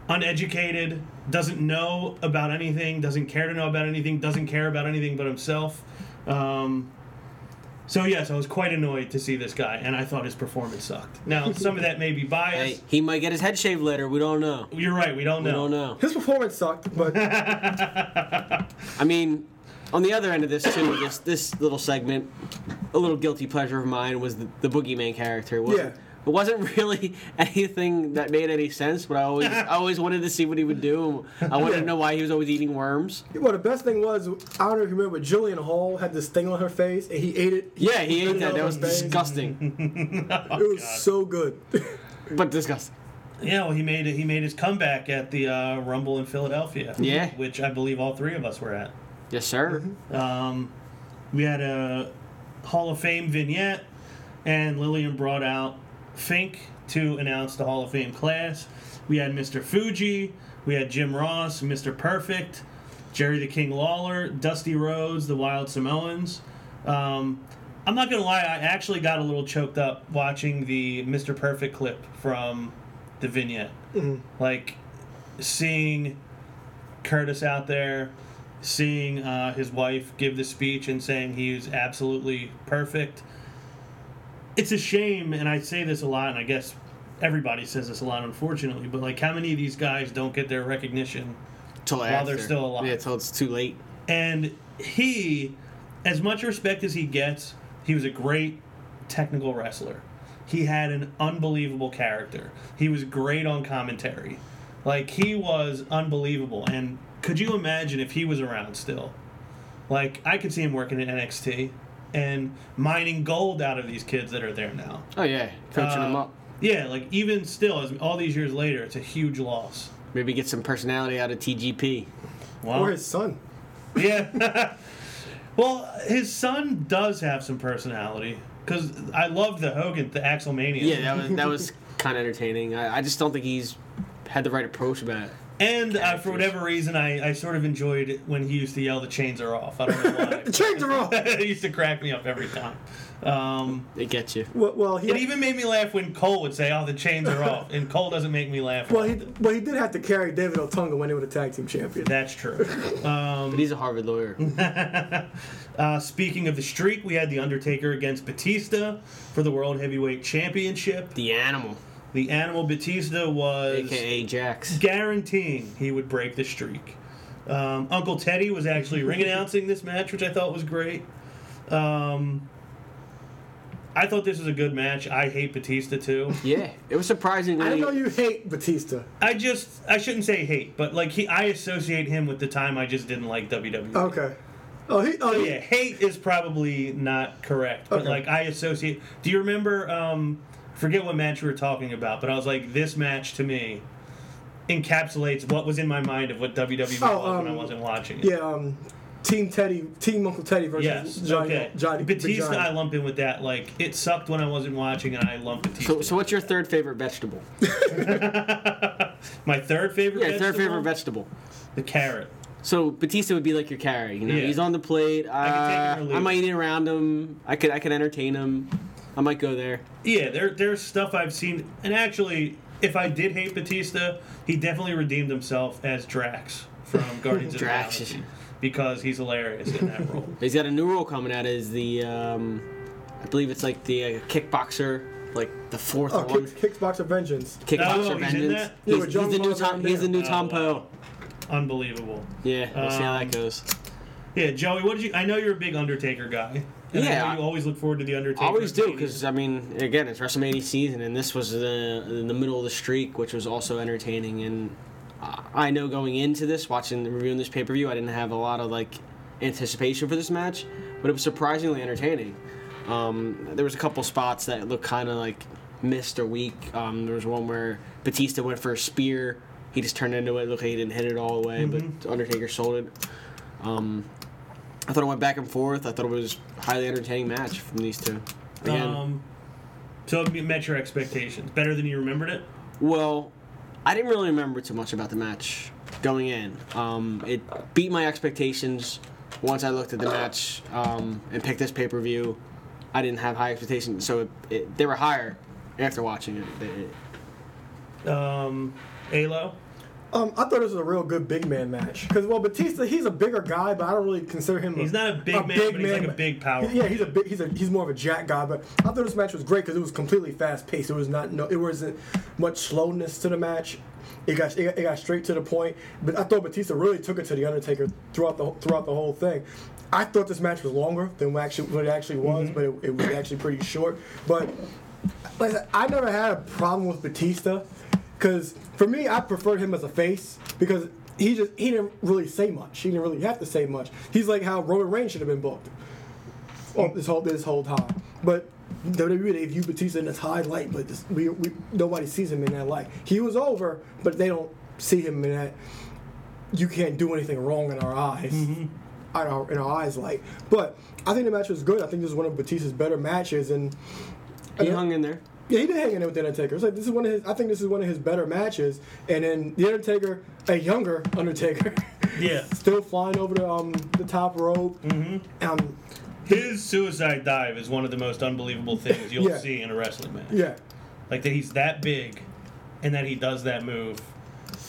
Speaker 2: uneducated, doesn't know about anything, doesn't care to know about anything, doesn't care about anything but himself. Um, so yes, I was quite annoyed to see this guy, and I thought his performance sucked. Now, some of that may be
Speaker 3: Hey,
Speaker 2: biased.
Speaker 3: he might get his head shaved later. We don't know.
Speaker 2: You're right. We don't know.
Speaker 3: We don't know.
Speaker 4: His performance sucked, but
Speaker 3: I mean, on the other end of this too, this this little segment, a little guilty pleasure of mine was the, the boogeyman character. It wasn't,
Speaker 4: Yeah.
Speaker 3: It wasn't really [LAUGHS] anything that made any sense, but I always I always wanted to see what he would do. I wanted to know why he was always eating worms.
Speaker 4: Well, the best thing was, I don't know if you remember, but Jillian Hall had this thing on her face, and he ate it.
Speaker 3: Yeah, he
Speaker 4: put
Speaker 3: ate
Speaker 4: it
Speaker 3: that.
Speaker 4: on
Speaker 3: That
Speaker 4: her
Speaker 3: was
Speaker 4: face.
Speaker 3: disgusting.
Speaker 2: Oh,
Speaker 4: It was
Speaker 2: God.
Speaker 4: so good. [LAUGHS]
Speaker 3: But disgusting.
Speaker 2: Yeah, well, he made he made his comeback at the uh, Rumble in Philadelphia.
Speaker 3: Yeah.
Speaker 2: which I believe all three of us were at.
Speaker 3: Yes, sir.
Speaker 2: Um, we had a Hall of Fame vignette, and Lillian brought out Fink to announce the Hall of Fame class. We had Mr. Fuji, we had Jim Ross, Mr. Perfect, Jerry the King Lawler, Dusty Rhodes, the Wild Samoans. Um, I'm not gonna lie, I actually got a little choked up watching the Mr. Perfect clip from the vignette. Like seeing Curtis out there, seeing uh, his wife give the speech and saying he was absolutely perfect. It's a shame, and I say this a lot, and I guess everybody says this a lot, unfortunately, but like how many of these guys don't get their recognition?
Speaker 3: Till
Speaker 2: While they're
Speaker 3: after.
Speaker 2: still alive.
Speaker 3: Yeah, till it's too late.
Speaker 2: And he, as much respect as he gets, he was a great technical wrestler. He had an unbelievable character. He was great on commentary. Like, he was unbelievable. And could you imagine if he was around still? Like, I could see him working at NXT and mining gold out of these kids that are there now.
Speaker 3: Oh yeah, coaching him
Speaker 2: Uh,
Speaker 3: up.
Speaker 2: Yeah, like even still, as all these years later, it's a huge loss.
Speaker 3: Maybe get some personality out of TGP.
Speaker 2: Wow.
Speaker 4: Or his son.
Speaker 2: Yeah. [LAUGHS] well, his son does have some personality because I love the Hogan, the Axelmania.
Speaker 3: Yeah, that was that was kind of entertaining. I, I just don't think he's had the right approach about it.
Speaker 2: And uh, for whatever reason, I, I sort of enjoyed when he used to yell, "The chains are off." I don't know why. [LAUGHS]
Speaker 4: The chains are off.
Speaker 2: it used to crack me up every time. Um,
Speaker 3: It gets you.
Speaker 4: Well, well he
Speaker 2: it even made me laugh when Cole would say, "Oh, the chains are off," and Cole doesn't make me laugh.
Speaker 4: well, he, well, he did have to carry David Otunga when they were the tag team champion.
Speaker 2: That's true.
Speaker 3: But he's a Harvard lawyer.
Speaker 2: Uh, speaking of the streak, we had The Undertaker against Batista for the World Heavyweight Championship.
Speaker 3: the animal,
Speaker 2: The animal Batista was
Speaker 3: aka Jax.
Speaker 2: guaranteeing he would break the streak. Um, Uncle Teddy was actually
Speaker 4: [LAUGHS]
Speaker 2: ring announcing this match, which I thought was great. Um, I thought this was a good match. I hate Batista too.
Speaker 3: Yeah, it was surprisingly.
Speaker 4: I didn't know you hate Batista.
Speaker 2: I just I shouldn't say hate, but like he, I associate him with the time I just didn't like WWE.
Speaker 4: Okay. Oh, he, oh,
Speaker 2: Yeah, hate is probably not correct, but
Speaker 4: Okay.
Speaker 2: like I associate. Do you remember? Um, forget what match we were talking about, but I was like, this match to me encapsulates what was in my mind of what WWE
Speaker 4: Oh,
Speaker 2: was when I
Speaker 4: um,
Speaker 2: wasn't watching it.
Speaker 4: yeah. Um, Team Teddy, Team Uncle Teddy versus
Speaker 2: Yes.
Speaker 4: Johnny,
Speaker 2: okay.
Speaker 4: Johnny Big
Speaker 2: Batista,
Speaker 4: Johnny.
Speaker 2: I lump in with that. Like it sucked when I wasn't watching, and I lumped Batista.
Speaker 3: So, so what's your third favorite vegetable?
Speaker 2: [LAUGHS] my third favorite.
Speaker 3: Yeah, third
Speaker 2: vegetable?
Speaker 3: favorite vegetable.
Speaker 2: The carrot.
Speaker 3: So Batista would be like your carrot. You know,
Speaker 2: Yeah.
Speaker 3: he's on the plate. Uh,
Speaker 2: could take
Speaker 3: I,
Speaker 2: him or leave
Speaker 3: might
Speaker 2: him.
Speaker 3: eat around him. I could I could entertain him. I might go there.
Speaker 2: Yeah, there there's stuff I've seen, and actually, if I did hate Batista, he definitely redeemed himself as Drax
Speaker 3: [LAUGHS]
Speaker 2: from Guardians of the
Speaker 3: Drax.
Speaker 2: Galaxy because he's hilarious in that
Speaker 3: [LAUGHS]
Speaker 2: role.
Speaker 3: He's got a new role coming out. Is the um, I believe it's like the uh, kickboxer, like the fourth
Speaker 4: Oh,
Speaker 3: one.
Speaker 4: kick, Kickboxer Vengeance.
Speaker 2: Oh, he's
Speaker 3: Kickboxer
Speaker 2: in that?
Speaker 3: Vengeance.
Speaker 4: Yeah,
Speaker 3: He's,
Speaker 4: with
Speaker 3: he's
Speaker 4: John
Speaker 3: the new
Speaker 4: Mullaney
Speaker 3: Tom.
Speaker 4: on
Speaker 3: He's the
Speaker 4: there.
Speaker 3: new
Speaker 2: Oh,
Speaker 3: Tom Poe.
Speaker 2: wow. Unbelievable.
Speaker 3: Yeah, we'll see how
Speaker 2: Um,
Speaker 3: that goes.
Speaker 2: Yeah, Joey, what did you? I know you're a big Undertaker guy. And I
Speaker 3: Yeah,
Speaker 2: know
Speaker 3: I-
Speaker 2: you always look forward to the Undertaker.
Speaker 3: I always do
Speaker 2: meeting.
Speaker 3: because I mean, again, it's WrestleMania season, and this was the in the middle of the streak, which was also entertaining. And I I know going into this, watching reviewing this pay per view, I didn't have a lot of like anticipation for this match, but it was surprisingly entertaining. Um, there was a couple spots that looked kind of like missed or weak. Um, there was one where Batista went for a spear. He just turned into it. Looked like he didn't hit it all the way, but Undertaker sold it. Um, I thought it went back and forth. I thought it was a highly entertaining match from these two. Again,
Speaker 2: Um, so it met your expectations better than you remembered it.
Speaker 3: well, I didn't really remember too much about the match going in. Um, it beat my expectations once I looked at the match um, and picked this pay per view. I didn't have high expectations, so it, it, they were higher after watching it. They- it-
Speaker 2: Um, Alo.
Speaker 4: Um, I thought this was a real good big man match because well, Batista he's a bigger guy, but I don't really consider him.
Speaker 2: He's not a big man, but he's like a big power.
Speaker 4: Yeah, he's a big. He's a he's more of a jack guy, but I thought this match was great because it was completely fast paced. It was not no, it wasn't much slowness to the match. It got it, got- it got straight to the point. But I thought Batista really took it to the Undertaker throughout the throughout the whole thing. I thought this match was longer than what actually what it actually was,
Speaker 2: Mm-hmm.
Speaker 4: but it, it was actually pretty short. But like I said, I never had a problem with Batista because for me, I preferred him as a face because he just he didn't really say much. He didn't really have to say much. He's like how Roman Reigns should have been booked all- this whole this whole time. But WWE they view Batista in this high light, but this, we, we nobody sees him in that light. He was over, but they don't see him in that. You can't do anything wrong in our eyes. In our, in our eyes, like, but I think the match was good. I think this is one of Batista's better matches, and
Speaker 3: he hung in there.
Speaker 4: yeah, he been hanging out with the Undertaker. It's like this is one of his. I think this is one of his better matches. And then the Undertaker, a younger Undertaker, [LAUGHS]
Speaker 2: Yeah.
Speaker 4: still flying over the um the top rope. Mm-hmm. Um,
Speaker 2: His suicide dive is one of the most unbelievable things you'll
Speaker 4: Yeah.
Speaker 2: see in a wrestling match.
Speaker 4: yeah,
Speaker 2: Like that he's that big and that he does that move.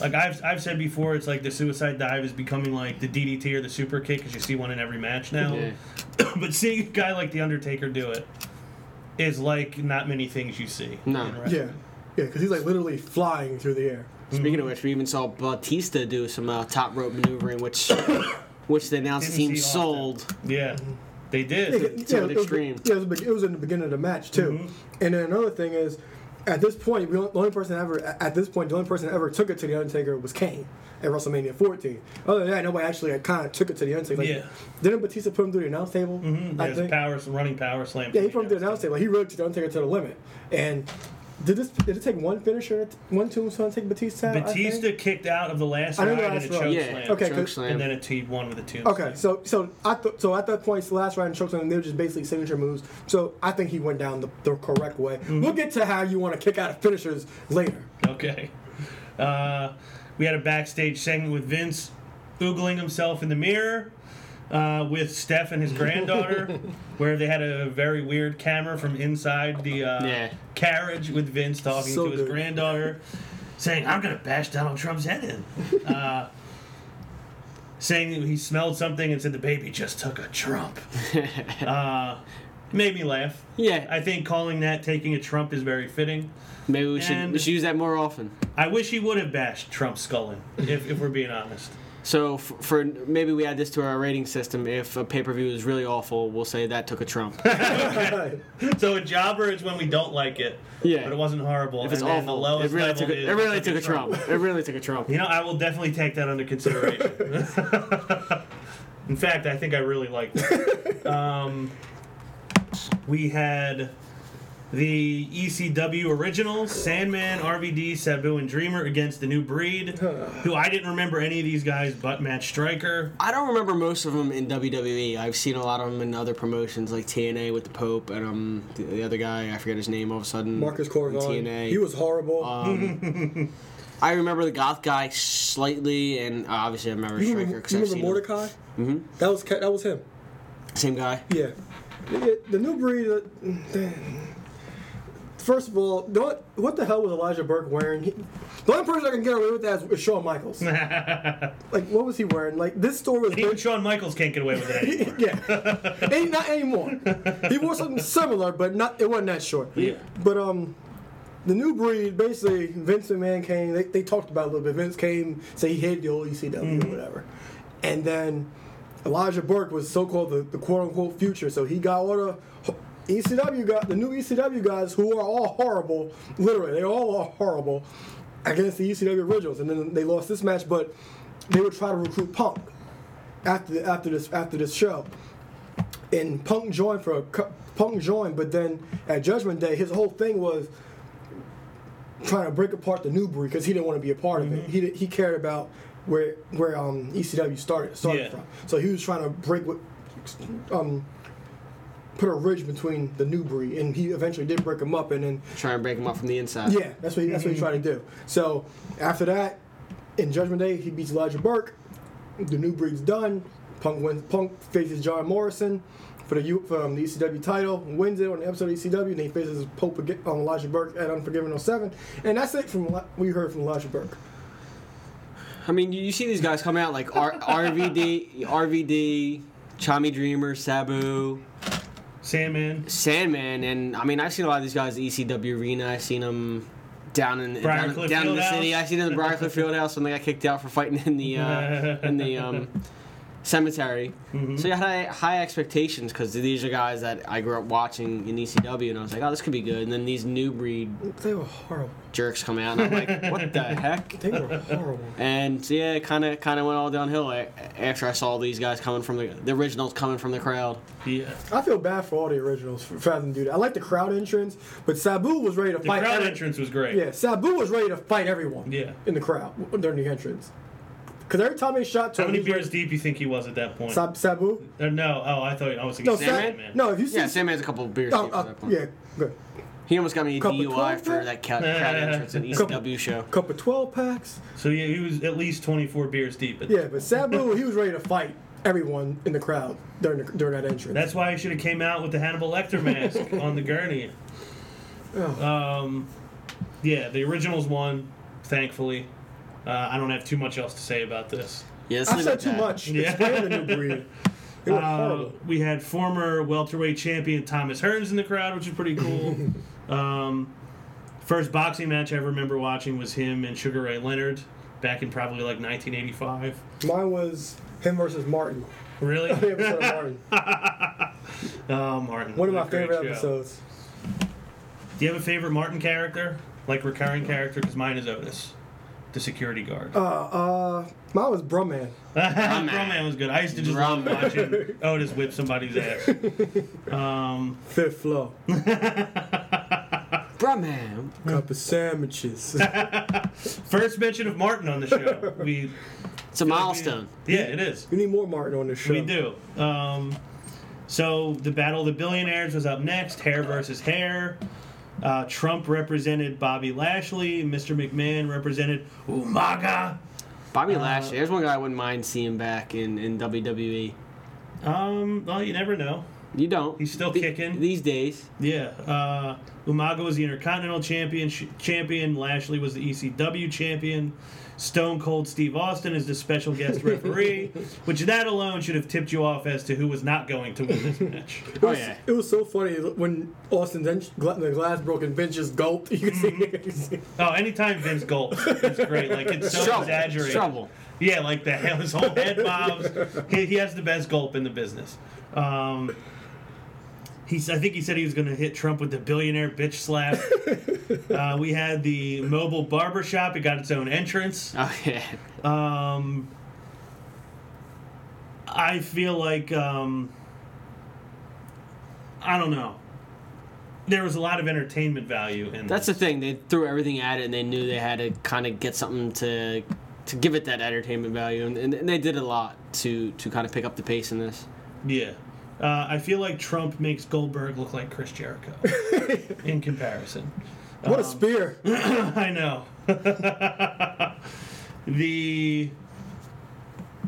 Speaker 2: Like I've, I've said before, it's like the suicide dive is becoming like the DDT or the super kick because you see one in every match now.
Speaker 3: Yeah.
Speaker 2: [LAUGHS] but seeing a guy like The Undertaker do it is like not many things you see.
Speaker 3: No.
Speaker 2: in wrestling.
Speaker 4: yeah, yeah, because he's like literally flying through the air.
Speaker 3: Speaking of which, we even saw Batista do some uh, top rope maneuvering, which
Speaker 4: [COUGHS]
Speaker 3: which the announced
Speaker 2: Didn't
Speaker 3: team
Speaker 2: see Austin.
Speaker 3: sold.
Speaker 2: Yeah. They did.
Speaker 4: Yeah,
Speaker 3: to an
Speaker 4: it was-
Speaker 3: extreme.
Speaker 4: yeah, it was, be- it was in the beginning of the match too. And then another thing is, at this point, we don't- the only person ever at this point the only person that ever took it to the Undertaker was Kane at WrestleMania 14. Other than that, nobody actually kind of took it to the Undertaker. Like,
Speaker 2: Yeah.
Speaker 4: Didn't Batista put him through the announce table? Mm-hmm.
Speaker 2: There's power, running power slam.
Speaker 4: Yeah, he put him through the announce table. He rode to the Undertaker to the limit, and Did this? Did it take one finisher, one tombstone to take Batista? out, I think?
Speaker 2: Batista kicked out of the last
Speaker 4: I
Speaker 2: round
Speaker 4: know the
Speaker 2: in a
Speaker 4: last round.
Speaker 2: choke
Speaker 3: yeah.
Speaker 2: slam,
Speaker 4: Okay,
Speaker 3: choke
Speaker 4: good.
Speaker 3: slam.
Speaker 2: and then a T one with a two.
Speaker 4: Okay, so so I th- so at that point, Slash Ride and Chokeslam, they were just basically signature moves. So I think he went down the, the correct way. We'll get to how you want to kick out of finishers later.
Speaker 2: [LAUGHS] Okay. Uh, we had a backstage segment with Vince oogling himself in the mirror uh, with Steph
Speaker 4: [LAUGHS]
Speaker 2: and his granddaughter, where they had a very weird camera from inside the uh,
Speaker 3: Yeah.
Speaker 2: carriage with Vince talking
Speaker 4: So
Speaker 2: to his
Speaker 4: good.
Speaker 2: granddaughter, saying, I'm going to bash Donald Trump's head in. Uh, saying that he smelled something and said the baby just took a Trump. uh, made me laugh.
Speaker 3: Yeah.
Speaker 2: I think calling that taking a Trump is very fitting.
Speaker 3: Maybe we should, we
Speaker 2: And-
Speaker 3: should use that more often.
Speaker 2: I wish he would have bashed Trump sculling, if, if we're being honest.
Speaker 3: So f- for maybe we add this to our rating system. If a pay per view is really awful, we'll say that took a trump.
Speaker 2: So a jobber is when we don't like it.
Speaker 3: Yeah.
Speaker 2: But it wasn't horrible.
Speaker 3: If
Speaker 2: [LAUGHS]
Speaker 3: it's
Speaker 2: and then the
Speaker 3: awful, it
Speaker 2: lowest
Speaker 3: really
Speaker 2: level
Speaker 3: took a,
Speaker 2: is
Speaker 3: it really
Speaker 2: like
Speaker 3: took a trump. It really took a
Speaker 2: [LAUGHS]
Speaker 3: trump.
Speaker 2: You know, I will definitely take that under
Speaker 3: [LAUGHS]
Speaker 2: consideration. In fact, I think I really liked it. Um, we had the ECW original Sandman, RVD, Sabu, and Dreamer against the New
Speaker 3: [SIGHS]
Speaker 2: Breed, who I didn't remember any of these guys but Matt Striker.
Speaker 3: I don't remember most of them in WWE. I've seen a lot of them in other promotions like TNA with the Pope and um the, the other guy I forget his name all of a sudden.
Speaker 4: [LAUGHS] Marcus
Speaker 3: in
Speaker 4: Corvin,
Speaker 3: TNA.
Speaker 4: he was horrible.
Speaker 3: I remember the Goth guy slightly, and uh, obviously I remember
Speaker 4: you
Speaker 3: Striker
Speaker 4: remember,
Speaker 3: because
Speaker 4: you
Speaker 3: I've
Speaker 4: remember
Speaker 3: seen
Speaker 4: Mordecai? Mm-hmm. That was ca- that was him.
Speaker 3: him. Same guy.
Speaker 4: Yeah. The, the new breed. uh, First of all, don't, what the hell was Elijah Burke wearing? He, the only person I can get away with that is Shawn Michaels. like, what was he wearing? Like, this store was.
Speaker 2: Even Shawn Michaels can't get away with it
Speaker 3: [LAUGHS]
Speaker 2: anymore.
Speaker 4: Yeah, [LAUGHS] Ain't not anymore. He wore something similar, but not. It wasn't that short.
Speaker 2: Yeah.
Speaker 4: But um, the new breed basically Vince McMahon came. They, they talked about it a little bit. Vince came, say he hated the old ECW or whatever, and then Elijah Burke was so called the, the quote unquote future. So he got all the ECW got the new ECW guys who are all horrible. Literally, they all are horrible against the ECW originals, and then they lost this match. But they would try to recruit Punk after the, after this after this show. And Punk joined for a cou- Punk joined, but then at Judgment Day, his whole thing was trying to break apart the new breed because he didn't want to be a part of it. He di- he cared about where where um, ECW started started
Speaker 2: Yeah.
Speaker 4: from. So he was trying to break what um put a ridge between the new breed, and he eventually did break them up. And then
Speaker 3: Try and break him up from the inside.
Speaker 4: yeah, that's what he, that's what he tried to do. So after that, in Judgment Day, he beats Elijah Burke. The new breed's done. Punk wins. Punk faces John Morrison for the U, for, um, the ECW title. Wins it on the episode of ECW, and he faces Pope again, um, Elijah Burke at Unforgiven 07. And that's it from Eli- we heard from Elijah Burke.
Speaker 3: I mean, you, you see these guys come out like R- RVD, RVD, Chami Dreamer, Sabu,
Speaker 2: Sandman.
Speaker 3: Sandman, and I mean, I've seen a lot of these guys at ECW Arena. I've seen them down in down,
Speaker 2: Briarcliff
Speaker 3: down in the
Speaker 2: Fieldhouse.
Speaker 3: city. I've seen them in the Briarcliff Fieldhouse when they got kicked out for fighting in the uh, in the um, cemetery. So you had high, high expectations because these are guys that I grew up watching in ECW, and I was like, oh, this could be good. And then these new breed
Speaker 4: They were horrible.
Speaker 3: jerks come out, and I'm like, what the heck?
Speaker 4: They [LAUGHS] were horrible.
Speaker 3: And so, yeah, it kind of kind of went all downhill a- after I saw these guys coming from the the originals coming from the crowd.
Speaker 2: Yeah.
Speaker 4: I feel bad for all the originals for for having to do that. I like the crowd entrance, but Sabu was ready to
Speaker 2: The
Speaker 4: fight.
Speaker 2: crowd
Speaker 4: every-
Speaker 2: entrance was great.
Speaker 4: Yeah, Sabu was ready to fight everyone.
Speaker 2: Yeah.
Speaker 4: In the crowd during the entrance, because every time they shot, to
Speaker 2: How
Speaker 4: him,
Speaker 2: many
Speaker 4: he was
Speaker 2: beers deep you think he was at that point?
Speaker 4: Sab- Sabu?
Speaker 2: Uh, no. Oh, I thought I was
Speaker 4: No,
Speaker 2: thinking
Speaker 4: Sab-
Speaker 2: Sandman.
Speaker 4: no. If you see,
Speaker 3: Yeah, Sam has a couple of beers.
Speaker 4: oh,
Speaker 3: deep at
Speaker 4: uh,
Speaker 3: that point.
Speaker 4: yeah, good.
Speaker 3: He almost got me a
Speaker 4: Couple
Speaker 3: DUI
Speaker 4: twelve
Speaker 3: for
Speaker 4: pack?
Speaker 3: that crowd, crowd entrance at
Speaker 4: Couple-
Speaker 3: ECW show.
Speaker 4: Couple twelve packs.
Speaker 2: So yeah, he was at least 24 beers deep. At
Speaker 4: Yeah, but Sabu, he was ready to fight everyone in the crowd during the, during that entrance.
Speaker 2: That's why he should have came out with the Hannibal
Speaker 4: [LAUGHS]
Speaker 2: Lecter mask on the gurney.
Speaker 4: Oh.
Speaker 2: Um, yeah, the originals won, thankfully. Uh, I don't have too much else to say about this.
Speaker 3: Yeah, let's
Speaker 4: I
Speaker 3: leave it
Speaker 4: said
Speaker 3: at
Speaker 4: too
Speaker 3: that.
Speaker 4: much.
Speaker 2: Yeah.
Speaker 4: Explain the
Speaker 2: [LAUGHS]
Speaker 4: new breed. They were
Speaker 2: Uh,
Speaker 4: horrible.
Speaker 2: we had former welterweight champion Thomas Hearns in the crowd, which is pretty
Speaker 4: [LAUGHS]
Speaker 2: cool. um, first boxing match I remember watching was him and Sugar Ray Leonard back in probably like 1985.
Speaker 4: Mine was him versus Martin.
Speaker 2: Really?
Speaker 4: The [LAUGHS] episode of
Speaker 2: [LAUGHS]
Speaker 4: Martin.
Speaker 2: oh, Martin.
Speaker 4: One of
Speaker 2: what
Speaker 4: my
Speaker 2: a great
Speaker 4: favorite
Speaker 2: show.
Speaker 4: episodes.
Speaker 2: Do you have a favorite Martin character? Like recurring character? Because mine is Otis, the security guard.
Speaker 4: Uh, uh, mine was Brumman.
Speaker 2: Drum Man was good. I used to just
Speaker 3: Drum
Speaker 2: love
Speaker 3: Man.
Speaker 2: watching Otis whip somebody's ass. Um,
Speaker 4: Fifth flow.
Speaker 3: Bruh, man.
Speaker 4: Cup
Speaker 2: [LAUGHS]
Speaker 4: of sandwiches.
Speaker 2: First mention of Martin on the
Speaker 4: [LAUGHS]
Speaker 2: show. We
Speaker 3: It's a milestone.
Speaker 2: yeah, it is.
Speaker 4: we need more Martin on this show.
Speaker 2: We do. Um, so the battle of the billionaires was up next. Hair versus hair. Uh, Trump represented Bobby Lashley. Mr. McMahon represented Umaga.
Speaker 4: Uh,
Speaker 3: Bobby Lashley. There's one guy I wouldn't mind seeing back in, in WWE.
Speaker 2: Um, well, you never know.
Speaker 3: You don't.
Speaker 2: He's still kicking.
Speaker 3: These days.
Speaker 2: Yeah. Uh, Umaga was the Intercontinental Champion. Sh- champion Lashley was the ECW Champion. Stone Cold Steve Austin is the special guest referee, [LAUGHS] which that alone should have tipped you off as to who was not going to win this [LAUGHS] match.
Speaker 4: It was,
Speaker 3: Oh, yeah.
Speaker 4: it was so funny when Austin's en- gla- the glass broke and Vince just gulped. [LAUGHS] You can see, you can see.
Speaker 2: Oh, anytime Vince gulps, it's great. Like it's so
Speaker 3: Trouble.
Speaker 2: exaggerated.
Speaker 3: Trouble.
Speaker 2: Yeah, like [LAUGHS] the his whole head bobs. he, he has the best gulp in the business. Um, he's, I think he said he was going to hit Trump with the billionaire bitch slap. uh, we had the mobile barber shop. It got its own entrance.
Speaker 3: Oh, [LAUGHS] yeah.
Speaker 2: Um, I feel like um, I don't know. There was a lot of entertainment value in
Speaker 3: That's the
Speaker 2: this.
Speaker 3: thing. They threw everything at it and they knew they had to kind of get something to to give it that entertainment value. And, and, and they did a lot to, to kind of pick up the pace in this.
Speaker 2: Yeah. Uh, I feel like Trump makes Goldberg look like Chris Jericho in comparison.
Speaker 4: What a spear!
Speaker 2: I know. [LAUGHS] the.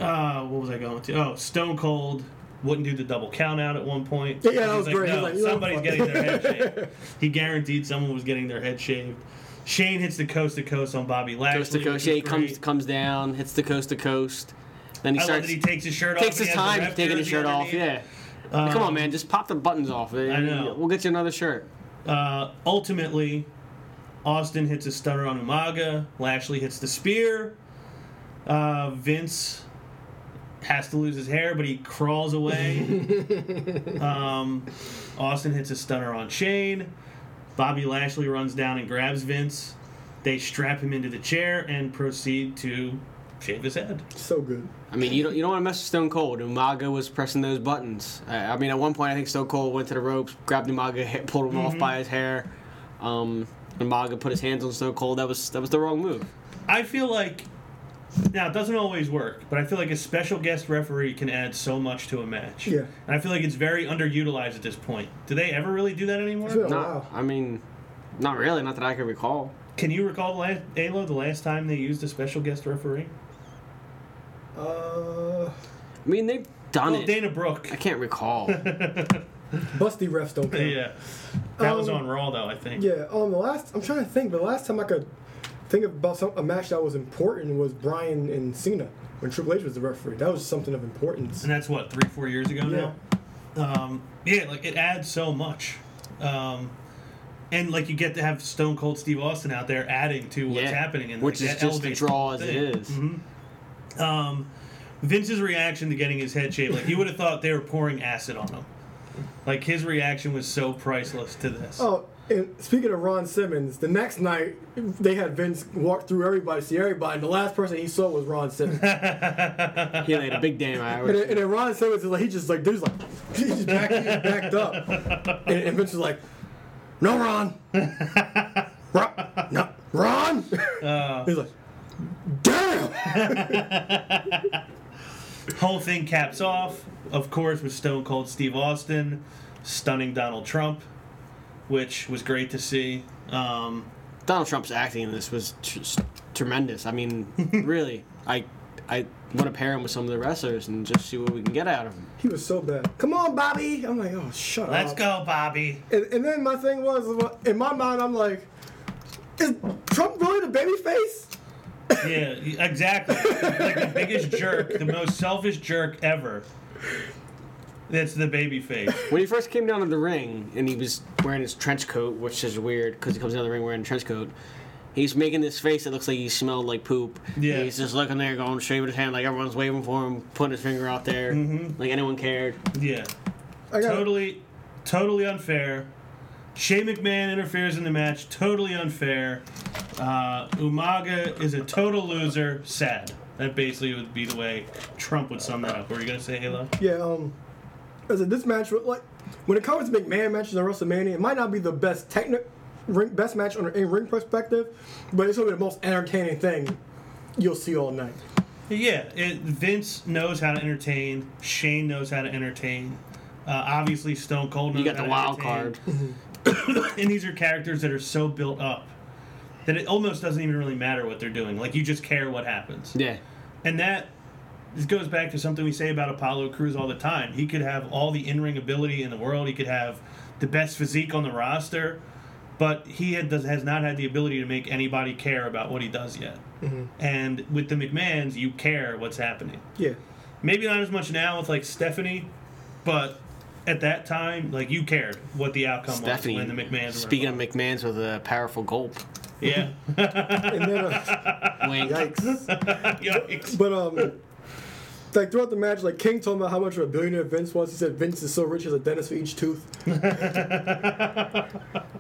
Speaker 2: Uh, what was I going to? Oh, Stone Cold wouldn't do the double count out at one point.
Speaker 4: Yeah, that
Speaker 2: He's
Speaker 4: was great. He's like, you know,
Speaker 2: somebody's
Speaker 4: fuck
Speaker 2: getting their
Speaker 3: [LAUGHS]
Speaker 2: head shaved. He guaranteed someone was getting their head shaved. Shane hits the coast to coast on Bobby Lashley.
Speaker 3: Coast to
Speaker 2: which
Speaker 3: coast.
Speaker 2: is
Speaker 3: Yeah, he
Speaker 2: great.
Speaker 3: comes, comes down, hits the coast to coast. Then he
Speaker 2: I love
Speaker 3: starts.
Speaker 2: that he takes his shirt off.
Speaker 3: takes
Speaker 2: He
Speaker 3: his
Speaker 2: has the
Speaker 3: time
Speaker 2: ref
Speaker 3: taking his
Speaker 2: jersey
Speaker 3: shirt off.
Speaker 2: underneath. Um,
Speaker 3: Yeah. Come on, man. Just pop the buttons off. I
Speaker 2: know.
Speaker 3: We'll get you another shirt.
Speaker 2: Uh, ultimately, Austin hits a stunner on Umaga. Lashley hits the spear. Uh, Vince has to lose his hair, but he crawls away. um, Austin hits a stunner on Shane. Bobby Lashley runs down and grabs Vince. They strap him into the chair and proceed to shave his head.
Speaker 4: So good.
Speaker 3: I mean, you don't you don't want to mess with Stone Cold. Umaga was pressing those buttons. I, I mean, at one point, I think Stone Cold went to the ropes, grabbed Umaga, hit, pulled him off by his hair. Um, Umaga put his hands on Stone Cold. That was that was the wrong move.
Speaker 2: I feel like now it doesn't always work, but I feel like a special guest referee can add so much to a match.
Speaker 4: Yeah.
Speaker 2: and I feel like it's very underutilized at this point. Do they ever really do that anymore?
Speaker 4: Yeah.
Speaker 3: Not,
Speaker 4: wow.
Speaker 3: I mean, not really. Not that I can recall.
Speaker 2: Can you recall the last Alo the last time they used a special guest referee?
Speaker 4: Uh,
Speaker 3: I mean, they've done
Speaker 2: Oh,
Speaker 3: it.
Speaker 2: Dana Brooke.
Speaker 3: I can't recall.
Speaker 4: busty refs don't count.
Speaker 2: Yeah, that was
Speaker 4: Um,
Speaker 2: on Raw though. I think.
Speaker 4: Yeah, um, the last I'm trying to think, but the last time I could think about some, a match that was important was Brian and Cena when Triple H was the referee. That was something of importance.
Speaker 2: and that's what three, four years ago
Speaker 4: Yeah.
Speaker 2: now. Um, yeah, like it adds so much, um, and like you get to have Stone Cold Steve Austin out there adding to what's
Speaker 3: Yeah,
Speaker 2: happening, and
Speaker 3: which
Speaker 2: like,
Speaker 3: is
Speaker 2: that
Speaker 3: just the
Speaker 2: elevates
Speaker 3: draw as it
Speaker 2: thing.
Speaker 3: is.
Speaker 2: um, Vince's reaction to getting his head shaved, like you would have thought they were pouring acid on him. Like his reaction was so priceless to this.
Speaker 4: Oh, and speaking of Ron Simmons, the next night they had Vince walk through everybody, see everybody, and the last person he saw was Ron Simmons. and,
Speaker 3: He laid a big damn
Speaker 4: then,
Speaker 3: hour.
Speaker 4: and then Ron Simmons is like, he just like, dude's like, [LAUGHS] he just back, he just backed up, and, and Vince was like, no, Ron, [LAUGHS] Ron, no, Ron. He's like, damn.
Speaker 2: Whole thing caps off, of course, with Stone Cold Steve Austin stunning Donald Trump, which was great to see. Um,
Speaker 3: Donald Trump's acting in this was tr- tremendous. I mean, really, I I want to pair him with some of the wrestlers and just see what we can get out of him.
Speaker 4: He was so bad. Come on, Bobby. I'm like, oh, shut
Speaker 2: Let's
Speaker 4: up.
Speaker 2: go, Bobby.
Speaker 4: And, and then my thing was, in my mind, I'm like, is Trump really the baby face?
Speaker 2: Yeah, exactly. like the biggest jerk, the most selfish jerk ever. That's the baby face.
Speaker 3: When he first came down to the ring and he was wearing his trench coat, which is weird because he comes down to the ring wearing a trench coat, he's making this face that looks like he smelled like poop.
Speaker 2: Yeah.
Speaker 3: He's just looking there, going shaving his hand, like everyone's waving for him, putting his finger out there,
Speaker 4: Mm-hmm.
Speaker 3: like anyone cared.
Speaker 2: Yeah.
Speaker 4: I got
Speaker 2: Totally, totally unfair. Shane McMahon interferes in the match. Totally unfair. Uh, Umaga is a total loser. Sad. That basically would be the way Trump would sum that up. Were you gonna say Halo?
Speaker 4: Yeah, um, I said this match was like when it comes to McMahon matches in WrestleMania, it might not be the best technical ring, best match on a ring perspective, but it's gonna be the most entertaining thing you'll see all night.
Speaker 2: Yeah, it, Vince knows how to entertain. Shane knows how to entertain. Uh, obviously, Stone Cold.
Speaker 3: You
Speaker 2: knows
Speaker 3: got
Speaker 2: how
Speaker 3: the
Speaker 2: to
Speaker 3: wild
Speaker 2: entertain.
Speaker 4: [LAUGHS]
Speaker 3: card.
Speaker 2: and these are characters that are so built up that it almost doesn't even really matter what they're doing. Like you just care what happens.
Speaker 3: Yeah.
Speaker 2: And that this goes back to something we say about Apollo Crews all the time. He could have all the in-ring ability in the world. He could have the best physique on the roster, but he had, does, has not had the ability to make anybody care about what he does yet. And with the McMahons, you care what's happening.
Speaker 4: Yeah.
Speaker 2: Maybe not as much now with like Stephanie, but at that time, like you cared what the outcome
Speaker 3: Stephanie.
Speaker 2: was when the McMahons.
Speaker 3: Speaking
Speaker 2: were
Speaker 3: of McMahon's with a powerful
Speaker 4: [LAUGHS]
Speaker 3: gulp.
Speaker 2: yeah,
Speaker 4: And then, uh,
Speaker 3: Wink.
Speaker 4: [LAUGHS] yikes.
Speaker 2: [LAUGHS] Yikes.
Speaker 4: But um, like throughout the match, like King told me how much of a billionaire Vince was. He said Vince is so rich he has a dentist for each [LAUGHS] tooth.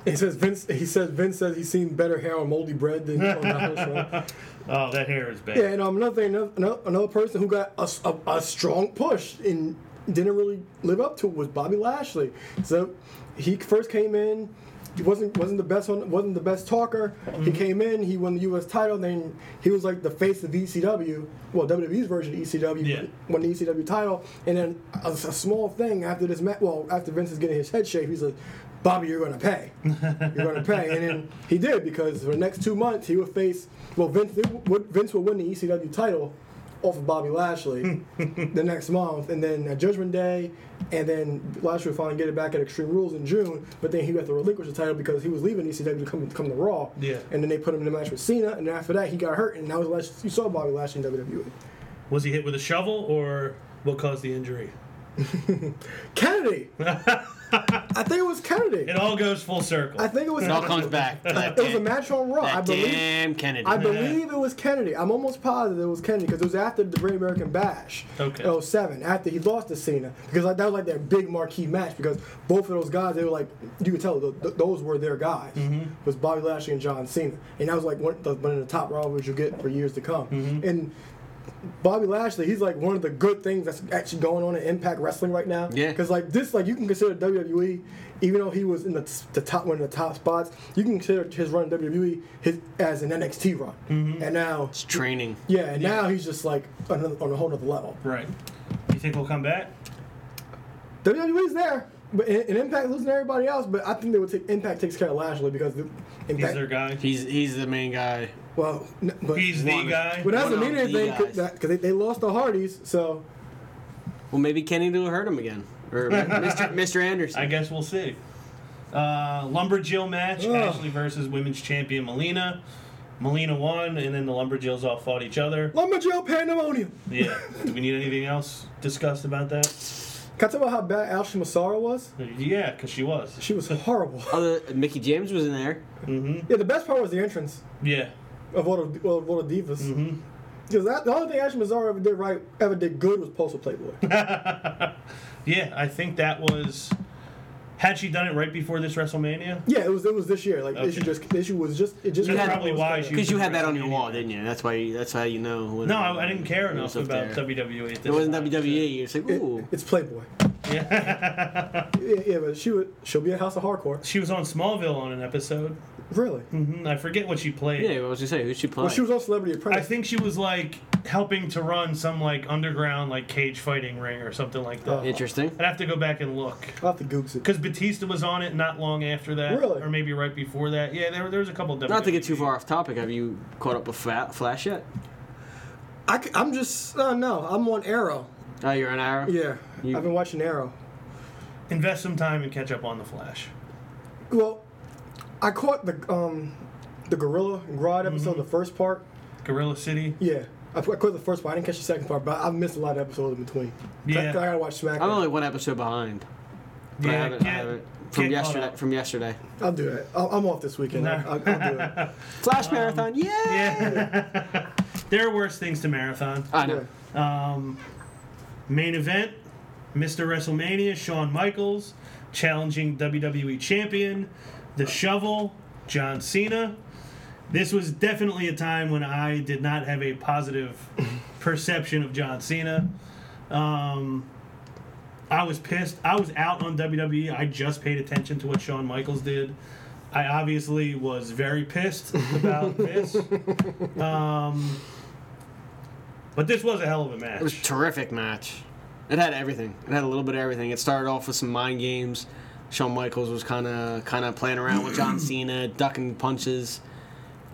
Speaker 4: he says Vince. He says Vince says he's seen better hair on moldy bread than on the house. Right?
Speaker 2: Oh, that hair is bad.
Speaker 4: Yeah, and um, another thing, another, another person who got a, s- a- a strong push and didn't really live up to it was Bobby Lashley. So he first came in. He wasn't wasn't the best one. Wasn't the best talker. He came in. He won the U.S. title. Then he was like the face of ECW. Well, WWE's version of E ECW
Speaker 2: Yeah.
Speaker 4: won the ECW title. And then a, a small thing after this match. Well, after Vince is getting his head shaved, he's like, "Bobby, you're gonna pay. You're gonna pay." And then he did because for the next two months he would face. Well, Vince would Vince would win the ECW title off of
Speaker 2: [LAUGHS]
Speaker 4: Bobby Lashley the next month, and then at Judgment Day, and then Lashley would finally get it back at Extreme Rules in June. But then he would have to relinquish the title because he was leaving ECW to come come to Raw.
Speaker 2: Yeah.
Speaker 4: And then they put him in a match with Cena, and after that he got hurt, and that was the last you saw Bobby Lashley in E. WWE.
Speaker 2: Was he hit with a shovel or what caused the injury?
Speaker 4: Kennedy. I think it was Kennedy.
Speaker 2: It all goes full circle.
Speaker 4: I think it was.
Speaker 3: It all comes back. to That
Speaker 4: [LAUGHS] It was a
Speaker 3: damn,
Speaker 4: match on Raw. I
Speaker 3: that
Speaker 4: believe.
Speaker 3: damn Kennedy.
Speaker 4: I believe it was Kennedy. I'm almost positive it was Kennedy because it was after the Great American Bash
Speaker 2: Okay.
Speaker 4: in 07, after he lost to Cena. Because like, that was like their big marquee match because both of those guys, they were like, you could tell th- th- those were their guys. was Bobby Lashley and John Cena. And that was like one, the, one of the top rivalries you'll get for years to come. And Bobby Lashley, he's like one of the good things that's actually going on in Impact Wrestling right now.
Speaker 3: Yeah.
Speaker 4: Because like this, like you can consider WWE, even though he was in the, the top one of the top spots, you can consider his run in WWE his, as an NXT run.
Speaker 3: Mm-hmm.
Speaker 4: And now,
Speaker 3: It's training.
Speaker 4: yeah, and now he's just like another, on a whole other level.
Speaker 2: right. You think we'll come back?
Speaker 4: WWE's E there, but and, and Impact losing everybody else, but I think they would take Impact takes care of Lashley because the,
Speaker 2: He's
Speaker 4: Impact,
Speaker 2: their guy.
Speaker 3: He's he's the main guy.
Speaker 4: well, n- but,
Speaker 2: He's the
Speaker 3: One.
Speaker 2: guy.
Speaker 4: but that doesn't
Speaker 3: one
Speaker 4: mean
Speaker 3: of the
Speaker 4: anything
Speaker 3: guys.
Speaker 4: because they, they lost the Hardys, so
Speaker 3: Well, maybe Kennedy will hurt him again, or [LAUGHS] Mr. Mr. Anderson.
Speaker 2: I guess we'll see. Uh, Lumberjill match:
Speaker 4: Ugh.
Speaker 2: Ashley versus women's champion Melina. Melina won, and then the Lumberjills all fought each other.
Speaker 4: Lumberjill Pandemonium. [LAUGHS]
Speaker 2: Yeah. Do we need anything else discussed about that?
Speaker 4: Can I tell about how bad Ashley Massara was?
Speaker 2: Yeah, because she was.
Speaker 4: She was horrible. [LAUGHS]
Speaker 3: Other Mickey James was in there.
Speaker 4: Yeah, the best part was the entrance
Speaker 2: Yeah.
Speaker 4: of all the, of all the divas.
Speaker 2: Mm-hmm.
Speaker 4: mm that, the only thing Ashley Massara ever did right, ever did good was Postal Playboy.
Speaker 2: [LAUGHS] Yeah, I think that was. Had she done it right before this WrestleMania?
Speaker 4: yeah, it was it was this year. Like the issue
Speaker 2: Okay.
Speaker 4: just the issue was just it just
Speaker 2: That's
Speaker 3: had-
Speaker 2: probably why she.
Speaker 3: Because you had that on your wall, didn't you? That's why. You, that's how you know. who-
Speaker 2: No, I, I didn't care
Speaker 3: who was
Speaker 2: enough
Speaker 3: up
Speaker 2: about E.
Speaker 3: there.
Speaker 2: WWE. At this
Speaker 3: It wasn't E.
Speaker 2: time.
Speaker 3: WWE. It's like
Speaker 4: It-
Speaker 3: ooh.
Speaker 4: it's Playboy.
Speaker 2: [LAUGHS]
Speaker 4: yeah, yeah, but she would she'll be at House of Hardcore.
Speaker 2: She was on Smallville on an episode.
Speaker 4: Really?
Speaker 2: hmm I forget what she played.
Speaker 3: Yeah, what was you say? Who she playing?
Speaker 4: Well, she was on Celebrity
Speaker 2: I
Speaker 4: Apprentice.
Speaker 2: think she was like helping to run some like underground like cage fighting ring or something like that.
Speaker 4: Oh.
Speaker 3: Interesting.
Speaker 2: I'd have to go back and look
Speaker 4: I'll have to googs it.
Speaker 2: because Batista was on it not long after that,
Speaker 4: Really?
Speaker 2: or maybe right before that. Yeah, there, there was a couple. WWE.
Speaker 3: Not to get too far off topic, have you caught up with Fa- Flash yet?
Speaker 4: I, am just uh, no, I'm on Arrow.
Speaker 3: Oh, you're on Arrow.
Speaker 4: Yeah,
Speaker 3: You-
Speaker 4: I've been watching Arrow.
Speaker 2: Invest some time and catch up on the Flash.
Speaker 4: Well, I caught the um the Gorilla and Grodd episode,
Speaker 2: Mm-hmm.
Speaker 4: the first part.
Speaker 2: Gorilla City.
Speaker 4: Yeah. I, I caught the first part. I didn't catch the second part, but I missed a lot of episodes in between.
Speaker 2: Yeah.
Speaker 4: I, I gotta watch SmackDown.
Speaker 3: I'm only one episode behind. But I
Speaker 2: Yeah,
Speaker 3: haven't, I
Speaker 2: get-
Speaker 3: haven't. From
Speaker 2: get caught
Speaker 3: yesterday.
Speaker 2: up.
Speaker 3: From yesterday.
Speaker 4: I'll do it. I'll, I'm off this weekend.
Speaker 2: No.
Speaker 4: I'll, I'll, I'll do it.
Speaker 3: Flash marathon. Yeah.
Speaker 2: Um, Yeah, [LAUGHS] there are worse things to marathon.
Speaker 3: I know.
Speaker 2: Main event, Mr. WrestleMania, Shawn Michaels, challenging WWE Champion, The Shovel, John Cena. This was definitely a time when I did not have a positive
Speaker 3: [LAUGHS]
Speaker 2: perception of John Cena. Um, E. I was pissed. I was out on WWE. I just paid attention to what Shawn Michaels did. I obviously was very pissed about
Speaker 3: [LAUGHS]
Speaker 2: this. Um, but this was a hell of a match.
Speaker 3: It was a terrific match. It had everything. It had a little bit of everything. It started off with some mind games. Shawn Michaels was kind of kind of playing around with John Cena, ducking punches,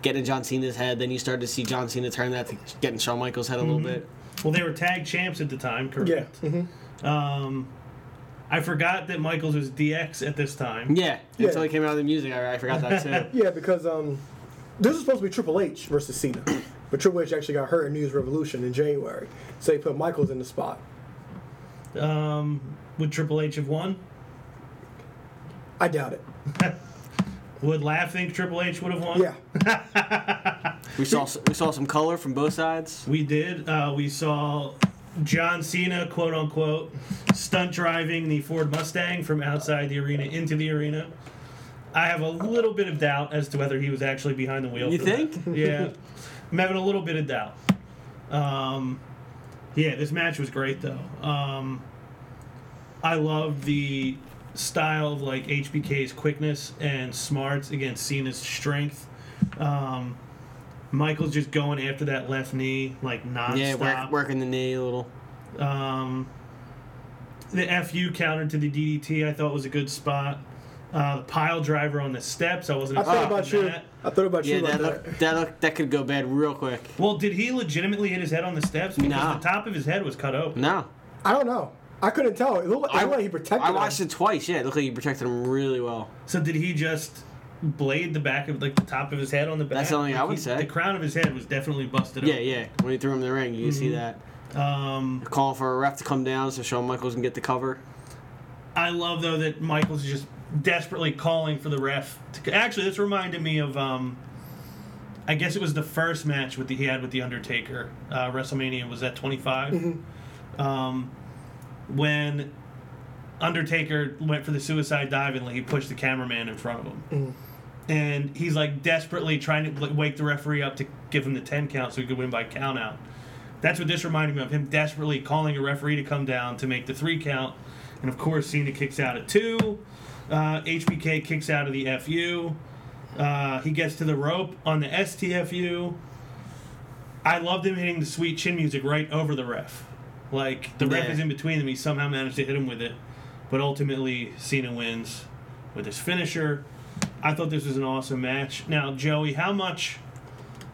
Speaker 3: getting in John Cena's head. Then you started to see John Cena turn that to getting Shawn Michaels' head a little bit.
Speaker 2: well, they were tag champs at the time, [LAUGHS]
Speaker 4: Yeah.
Speaker 2: correct? Um, I forgot that Michaels was DX at this time.
Speaker 3: Yeah,
Speaker 4: Yeah.
Speaker 3: until he came out of the music, I, I forgot that
Speaker 4: [LAUGHS]
Speaker 3: too.
Speaker 4: Yeah, because um, this was supposed to be Triple H versus Cena, but Triple H actually got hurt in New Year's Revolution in January, so they put Michaels in the spot.
Speaker 2: Um, would Triple H have won?
Speaker 4: I doubt it.
Speaker 2: Would Laugh think Triple H would have won?
Speaker 4: Yeah,
Speaker 3: we saw s- we saw some color from both sides.
Speaker 2: We did. Uh, we saw John Cena, quote unquote, stunt driving the Ford Mustang from outside the arena into the arena. I have a little bit of doubt as to whether he was actually behind the wheel.
Speaker 3: You
Speaker 2: for that. [LAUGHS]
Speaker 3: think?
Speaker 2: Yeah, I'm having a little bit of doubt. Um, yeah, this match was great though. Um, I love the style of like HBK's quickness and smarts against Cena's strength. Um, Michael's just going after that left knee like nonstop.
Speaker 3: Yeah, work, working the knee a little.
Speaker 2: Um, the FU counter to the DDT I thought was a good spot. Uh, the pile driver on the steps, I wasn't
Speaker 4: I thought
Speaker 2: expecting
Speaker 4: about you.
Speaker 2: that.
Speaker 4: I thought about
Speaker 3: Yeah,
Speaker 4: you.
Speaker 3: that
Speaker 4: Like
Speaker 3: look,
Speaker 4: that.
Speaker 3: that look, that could go bad real quick.
Speaker 2: Well, did he legitimately hit his head on the steps? Because
Speaker 3: No.
Speaker 2: the top of his head was cut open.
Speaker 3: No,
Speaker 4: I don't know. I couldn't tell. It looked like, it looked like he protected.
Speaker 3: I watched
Speaker 4: him.
Speaker 3: it twice. Yeah, it looked like you protected him really well.
Speaker 2: So did he just blade the back of like the top of his head on the back?
Speaker 3: That's something I
Speaker 2: Like,
Speaker 3: would
Speaker 2: he-
Speaker 3: say.
Speaker 2: The crown of his head was definitely busted.
Speaker 3: Yeah, yeah. When he threw him in the ring, you see that.
Speaker 2: yeah. Um,
Speaker 3: Calling for a ref to come down so Shawn Michaels can get the cover.
Speaker 2: I love though that Michaels is just desperately calling for the ref. To, actually, this reminded me of um, I guess it was the first match with the, he had with the Undertaker. Uh, WrestleMania was that 25, um, when Undertaker went for the suicide dive and like, he pushed the cameraman in front of him. And he's like desperately trying to like, wake the referee up to give him the 10 count so he could win by count out. That's what this reminded me of him desperately calling a referee to come down to make the three count. And of course, Cena kicks out at two. Uh, HBK kicks out of the FU. Uh, he gets to the rope on the STFU. I loved him hitting the sweet chin music right over the ref. Like, the ref
Speaker 3: Yeah.
Speaker 2: is in between them. He somehow managed to hit him with it. But ultimately, Cena wins with his finisher. I thought this was an awesome match. Now, Joey, how much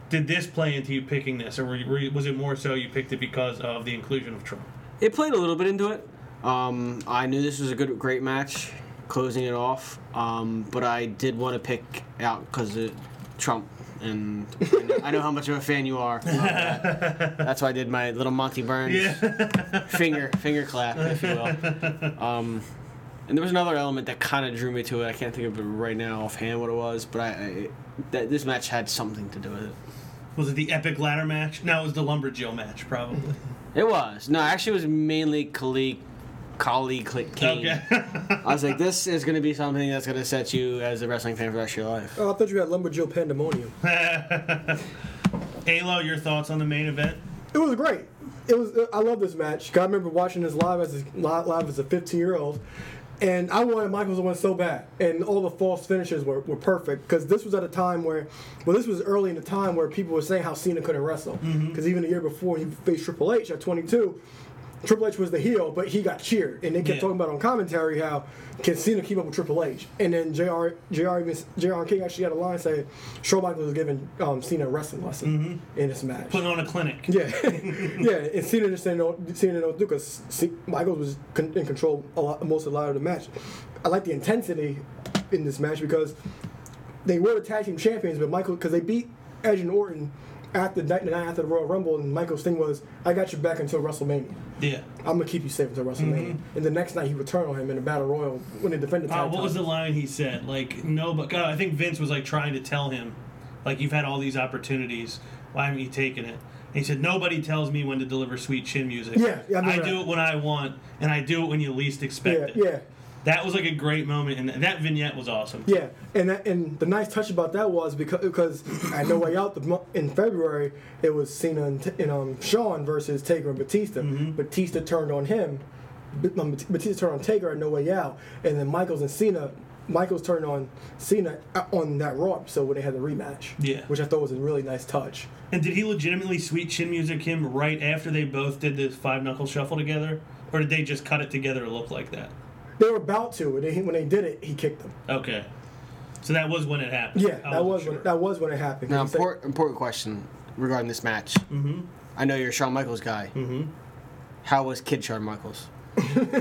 Speaker 2: did this play into you picking this, or were you, were you- was it more so you picked it because of the inclusion of Trump?
Speaker 3: It played a little bit into it. Um, I knew this was a good, great match, closing it off. Um, but I did want to pick out because of Trump, and I know, I know how much of a fan you are. That's why I did my little Monty Burns [LAUGHS] finger finger clap, if you will. Um, and there was another element that kind of drew me to it. I can't think of it right now offhand what it was, but I, I that this match had something to do with it.
Speaker 2: Was it the epic ladder match? No, it was the lumberjill match, probably.
Speaker 3: It was no, actually, it was mainly Khalik, Khali Kli- Kane.
Speaker 2: Okay.
Speaker 3: I was like, this is going to be something that's going to set you as a wrestling fan for the rest of your life.
Speaker 4: Oh, I thought you had Lumberjill Pandemonium.
Speaker 2: [LAUGHS] Halo, your thoughts on the main event?
Speaker 4: It was great. It was. uh, I love this match. 'Cause I remember watching this live as a, live live as a 15 year old, and I wanted Michaels to win so bad. And all the false finishes were, were perfect because this was at a time where, well, this was early in the time where people were saying how Cena couldn't wrestle because even the year before he faced Triple H at 22. Triple H was the heel, but he got cheered, and they kept
Speaker 2: Yeah.
Speaker 4: talking about on commentary how can Cena keep up with Triple H, and then Jr. Jr. even- Jr. King actually had a line saying Shawn Michaels was giving um, Cena a wrestling lesson in this match.
Speaker 2: Putting on a clinic.
Speaker 4: Yeah, [LAUGHS] yeah, and Cena just didn't know, Cena didn't know what to do because Michaels was con- in control a lot, most of the lot of the match. I like the intensity in this match because they were the tag team champions, but Michael because they beat Edge and Orton after the night the night after the Royal Rumble, and Michael's thing was, "I got your back until WrestleMania.
Speaker 2: Yeah.
Speaker 4: I'm gonna keep you safe until
Speaker 2: Mm-hmm.
Speaker 4: WrestleMania." And the next night, he returned on him in a battle royal when they defended.
Speaker 2: Uh, what was the line he said? Like, no, but God, I think Vince was like trying to tell him, like, you've had all these opportunities. Why haven't you taken it? And he said, nobody tells me when to deliver sweet chin music.
Speaker 4: Yeah, yeah,
Speaker 2: I
Speaker 4: I remember
Speaker 2: do
Speaker 4: that.
Speaker 2: it when I want, and I do it when you least expect
Speaker 4: Yeah,
Speaker 2: it.
Speaker 4: yeah.
Speaker 2: That was like a great moment, and that vignette was awesome.
Speaker 4: Yeah, and that, and the nice touch about that was because because at No Way Out the, mo- in February it was Cena and, T- and um, Sean versus Taker and Batista. Batista turned on him. B- um, Bat- Batista turned on Taker at No Way Out, and then Michaels and Cena Michaels turned on Cena uh, on that Raw episode when they had the rematch.
Speaker 2: Yeah.
Speaker 4: Which I thought was a really nice touch.
Speaker 2: And did he legitimately sweet chin music him right after they both did this five knuckle shuffle together, or did they just cut it together to look like that?
Speaker 4: They were about to, and they, when they did it, he kicked them.
Speaker 2: Okay, so that was when it happened.
Speaker 4: Yeah,
Speaker 2: I wasn't
Speaker 4: that was
Speaker 2: sure.
Speaker 4: when, that was when it happened.
Speaker 3: Now,
Speaker 4: He said-
Speaker 3: important, important question regarding this match. Mm-hmm. I know you're a Shawn Michaels guy. Mm-hmm. How was Kid Shawn Michaels?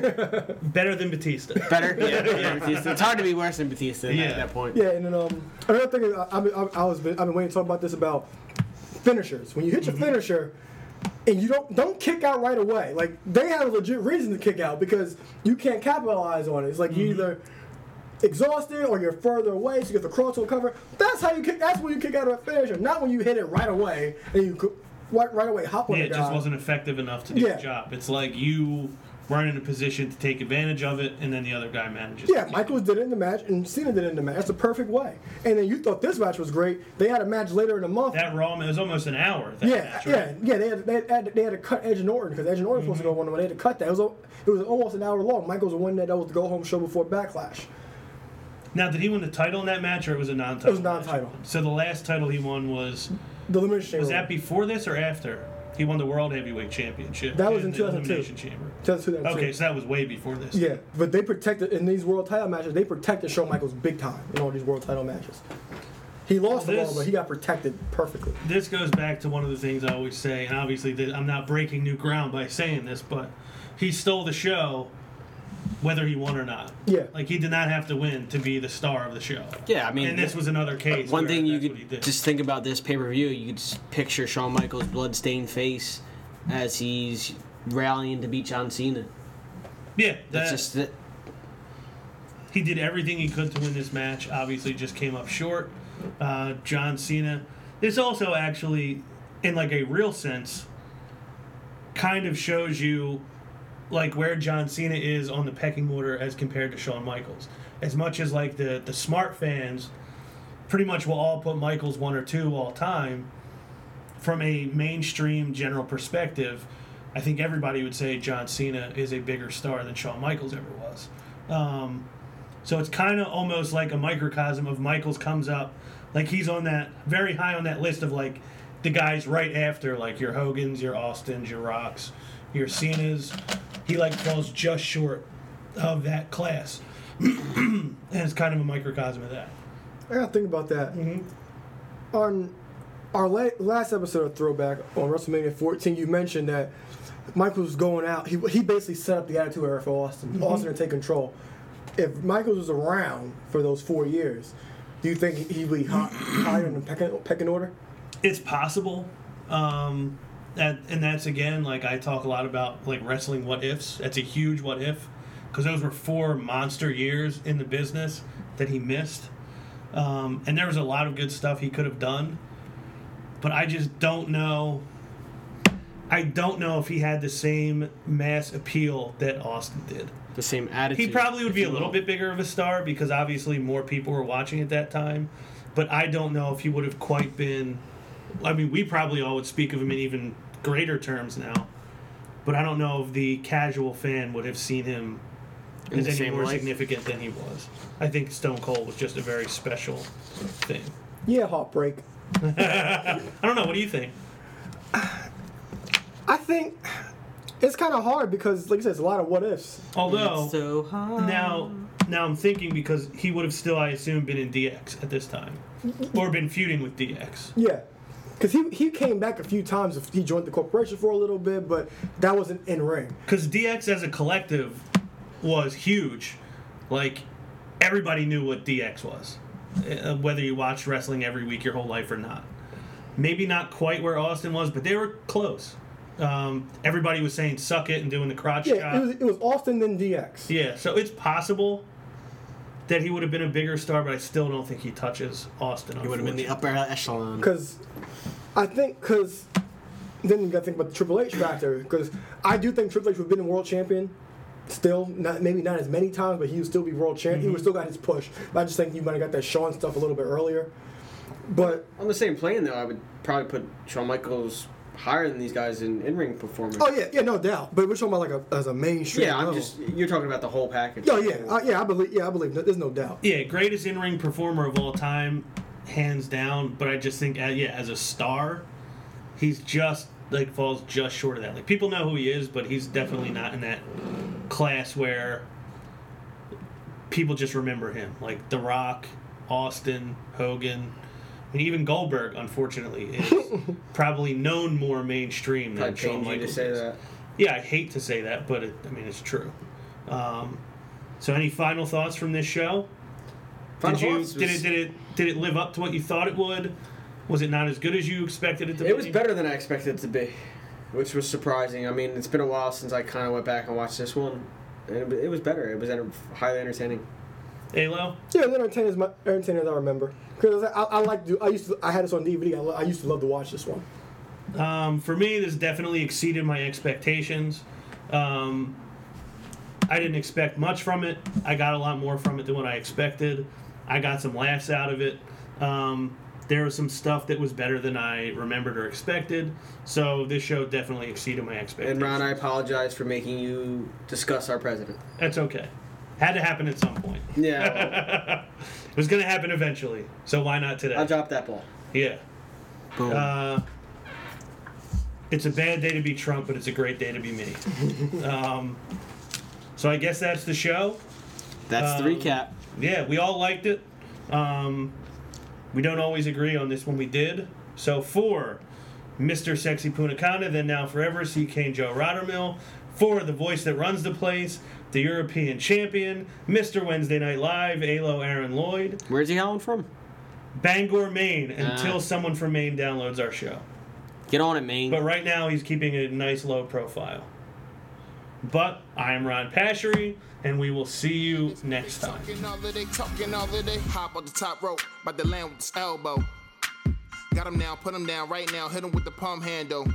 Speaker 2: better than
Speaker 4: [LAUGHS]
Speaker 2: Batista. [LAUGHS]
Speaker 3: Better? yeah, yeah, Batista. It's hard to be worse than Batista
Speaker 2: Yeah.
Speaker 3: at that point.
Speaker 4: Yeah, and then um, another thing I, I, I, I was I've been waiting to talk about this about finishers. When you hit your
Speaker 2: Mm-hmm.
Speaker 4: finisher, and you don't don't kick out right away. Like they had a legit reason to kick out because you can't capitalize on it. It's like you
Speaker 2: Mm-hmm.
Speaker 4: either exhausted or you're further away, so you get the cross to cover. That's how you kick. That's when you kick out of a finisher, not when you hit it right away and you go- right, right away hop on
Speaker 2: yeah,
Speaker 4: the
Speaker 2: it
Speaker 4: guy.
Speaker 2: just wasn't effective enough to do
Speaker 4: Yeah.
Speaker 2: the job. It's like you weren't in a position to take advantage of it, and then the other guy manages.
Speaker 4: Yeah, Michaels did it in the match, and Cena did it in the match. That's the perfect way. And then you thought this match was great. They had a match later in the month.
Speaker 2: That Raw it was almost an hour. That
Speaker 4: Yeah,
Speaker 2: match,
Speaker 4: yeah,
Speaker 2: right? Mm-hmm.
Speaker 4: yeah. They had, they had they had to cut Edge and Orton because Edge and Orton was supposed to go one way. They had to cut that. It was al- it was almost an hour long. Michaels won that. That was the go home show before Backlash.
Speaker 2: Now, did he win the title in that match, or it was a non-title?
Speaker 4: It was
Speaker 2: match?
Speaker 4: non-title.
Speaker 2: So the last title he won was
Speaker 4: The Elimination Chamber.
Speaker 2: was that before this or after? He won the World Heavyweight Championship.
Speaker 4: That was
Speaker 2: and
Speaker 4: in
Speaker 2: the
Speaker 4: 2002.
Speaker 2: Elimination Chamber.
Speaker 4: That's who that.
Speaker 2: Okay, so that was way before this.
Speaker 4: Yeah, but they protected in these world title matches. They protected Shawn Michaels big time in all these world title matches. He lost them all,
Speaker 2: This-
Speaker 4: but he got protected perfectly.
Speaker 2: This goes back to one of the things I always say, and obviously th- I'm not breaking new ground by saying this, but he stole the show, whether he won or not.
Speaker 4: Yeah.
Speaker 2: Like he did not have to win to be the star of the show.
Speaker 3: Yeah, I mean,
Speaker 2: and this was another case.
Speaker 3: One
Speaker 2: where
Speaker 3: thing you
Speaker 2: that's what he
Speaker 3: could
Speaker 2: did.
Speaker 3: just think about this pay per view, you could just picture Shawn Michaels' bloodstained face as he's rallying to beat John Cena.
Speaker 2: yeah, that,
Speaker 3: That's just it.
Speaker 2: he did everything he could to win this match. Obviously, just came up short. Uh, John Cena. This also actually, in like a real sense, kind of shows you like where John Cena is on the pecking order as compared to Shawn Michaels. As much as like the the smart fans, pretty much will all put Michaels one or two all time. From a mainstream general perspective, I think everybody would say John Cena is a bigger star than Shawn Michaels ever was. Um, so it's kind of almost like a microcosm of Michaels comes up, like he's on that very high on that list of like the guys right after like your Hogan's, your Austin's, your Rocks, your Cena's. He like falls just short of that class, [CLEARS THROAT] and it's kind of a microcosm of that.
Speaker 4: I gotta think about that. On our la- last episode of Throwback on WrestleMania 14, you mentioned that Michaels was going out. He, he basically set up the Attitude Era for Austin. Austin to take control. If Michaels was around for those four years, do you think he'd be hi- higher in the pecking, pecking order?
Speaker 2: it's possible um that and that's again like i talk a lot about like wrestling what ifs that's a huge what if because those were four monster years in the business that he missed um and there was a lot of good stuff he could have done but i just don't know i don't know if he had the same mass appeal that austin did
Speaker 3: The same attitude.
Speaker 2: he probably would
Speaker 3: if
Speaker 2: be
Speaker 3: you
Speaker 2: a little
Speaker 3: will.
Speaker 2: bit bigger of a star because obviously more people were watching at that time. But I don't know if he would have quite been. I mean, we probably all would speak of him in even greater terms now. But I don't know if the casual fan would have seen him
Speaker 3: In the
Speaker 2: as any
Speaker 3: same
Speaker 2: more
Speaker 3: light.
Speaker 2: significant than he was. I think Stone Cold was just a very special thing.
Speaker 4: Yeah, heartbreak.
Speaker 2: I don't know. What do you think?
Speaker 4: I think it's kind of hard because, like I said, it's a lot of what ifs.
Speaker 2: Although
Speaker 3: So high.
Speaker 2: now, now I'm thinking because he would have still, I assume, been in DX at this time, or been feuding with DX.
Speaker 4: Yeah. Because he, he came back a few times. He joined the corporation for a little bit, but that wasn't in ring.
Speaker 2: because DX as a collective was huge. Like everybody knew what DX was, uh, whether you watched wrestling every week your whole life or not. Maybe not quite where Austin was, but they were close. Um, everybody was saying "suck it" and doing the crotch
Speaker 4: Yeah,
Speaker 2: chop.
Speaker 4: it was, it was Austin then DX.
Speaker 2: yeah, so it's possible that he would have been a bigger star, but I still don't think he touches Austin.
Speaker 3: He would have been the upper echelon.
Speaker 4: Because I think, because then you got to think about the Triple H factor. Because I do think Triple H would have been a world champion still, not maybe not as many times, but he would still be world champion.
Speaker 3: Mm-hmm.
Speaker 4: He would still got his push. But I just think you might have got that Shawn stuff a little bit earlier. But
Speaker 3: On the same plane, though, I would probably put Shawn Michaels higher than these guys in in ring performance.
Speaker 4: Oh yeah, yeah, no doubt. But we're talking about like a as a mainstream.
Speaker 3: yeah, I'm
Speaker 4: level.
Speaker 3: just you're talking about the whole package.
Speaker 4: No, yeah, uh, yeah, I believe, yeah, I believe. No, there's no doubt.
Speaker 2: Yeah, greatest in ring performer of all time, hands down. But I just think, uh, yeah, as a star, he's just like falls just short of that. Like people know who he is, but he's definitely not in that class where people just remember him. Like The Rock, Austin, Hogan. I mean, even Goldberg, unfortunately,
Speaker 3: [LAUGHS]
Speaker 2: is probably known more mainstream
Speaker 3: I
Speaker 2: than Shawn
Speaker 3: change you to
Speaker 2: Michaels.
Speaker 3: say
Speaker 2: is.
Speaker 3: that.
Speaker 2: Yeah, I hate to say that, but it, I mean it's true. Um, so, any final thoughts from this show?
Speaker 3: Final
Speaker 2: did you
Speaker 3: thoughts
Speaker 2: did
Speaker 3: was-
Speaker 2: it did it did it live up to what you thought it would? Was it not as good as you expected it to be?
Speaker 3: It was better than I expected it to be, which was surprising. I mean, it's been a while since I kind of went back and watched this one, and it, it was better. It was enter- highly entertaining.
Speaker 2: Halo.
Speaker 4: Yeah, Leonard entertaining is my entertaining as I remember. Because I, I like to, I used to, I had this on DVD. I, lo- I used to love to watch this one.
Speaker 2: Um, for me, this definitely exceeded my expectations. Um, I didn't expect much from it. I got a lot more from it than what I expected. I got some laughs out of it. Um, there was some stuff that was better than I remembered or expected. So this show definitely exceeded my expectations.
Speaker 3: And Ron, I apologize for making you discuss our president.
Speaker 2: That's okay. Had to happen at some point.
Speaker 3: Yeah,
Speaker 2: [LAUGHS] It was going to happen eventually. So why not today?
Speaker 3: I dropped that ball.
Speaker 2: Yeah.
Speaker 3: Boom.
Speaker 2: Uh, it's a bad day to be Trump, but it's a great day to be me. um, so I guess that's the show.
Speaker 3: That's the
Speaker 2: um,
Speaker 3: recap.
Speaker 2: Yeah, we all liked it. Um, we don't always agree on this one. We did. So for Mr. Sexy Punakana, then now forever, CK and Joe Rottermill. For the voice that runs the place, the European champion, Mr. Wednesday Night Live, Alo Aaron Lloyd,
Speaker 3: Where's he howling from?
Speaker 2: Bangor, Maine, until
Speaker 3: Ah.
Speaker 2: someone from Maine downloads our show.
Speaker 3: Get on it, Maine.
Speaker 2: But right now, he's keeping a nice low profile. But I am Ron Pashery, and we will see you next time.
Speaker 1: Talking all of they, talking all of they. Hop on the top rope, about to land with this elbow. Got him now, put him down right now, hit him with the palm handle.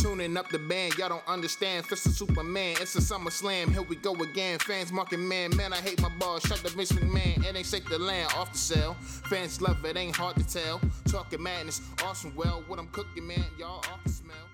Speaker 1: Tuning up the band, y'all don't understand. Fist of Superman, it's a summer slam. Here we go again. Fans marking man, man, I hate my balls. Shut the Vince McMahon, it ain't shake the land off the cell. Fans love it, ain't hard to tell. Talking madness, awesome well, what I'm cooking, man, y'all off the smell.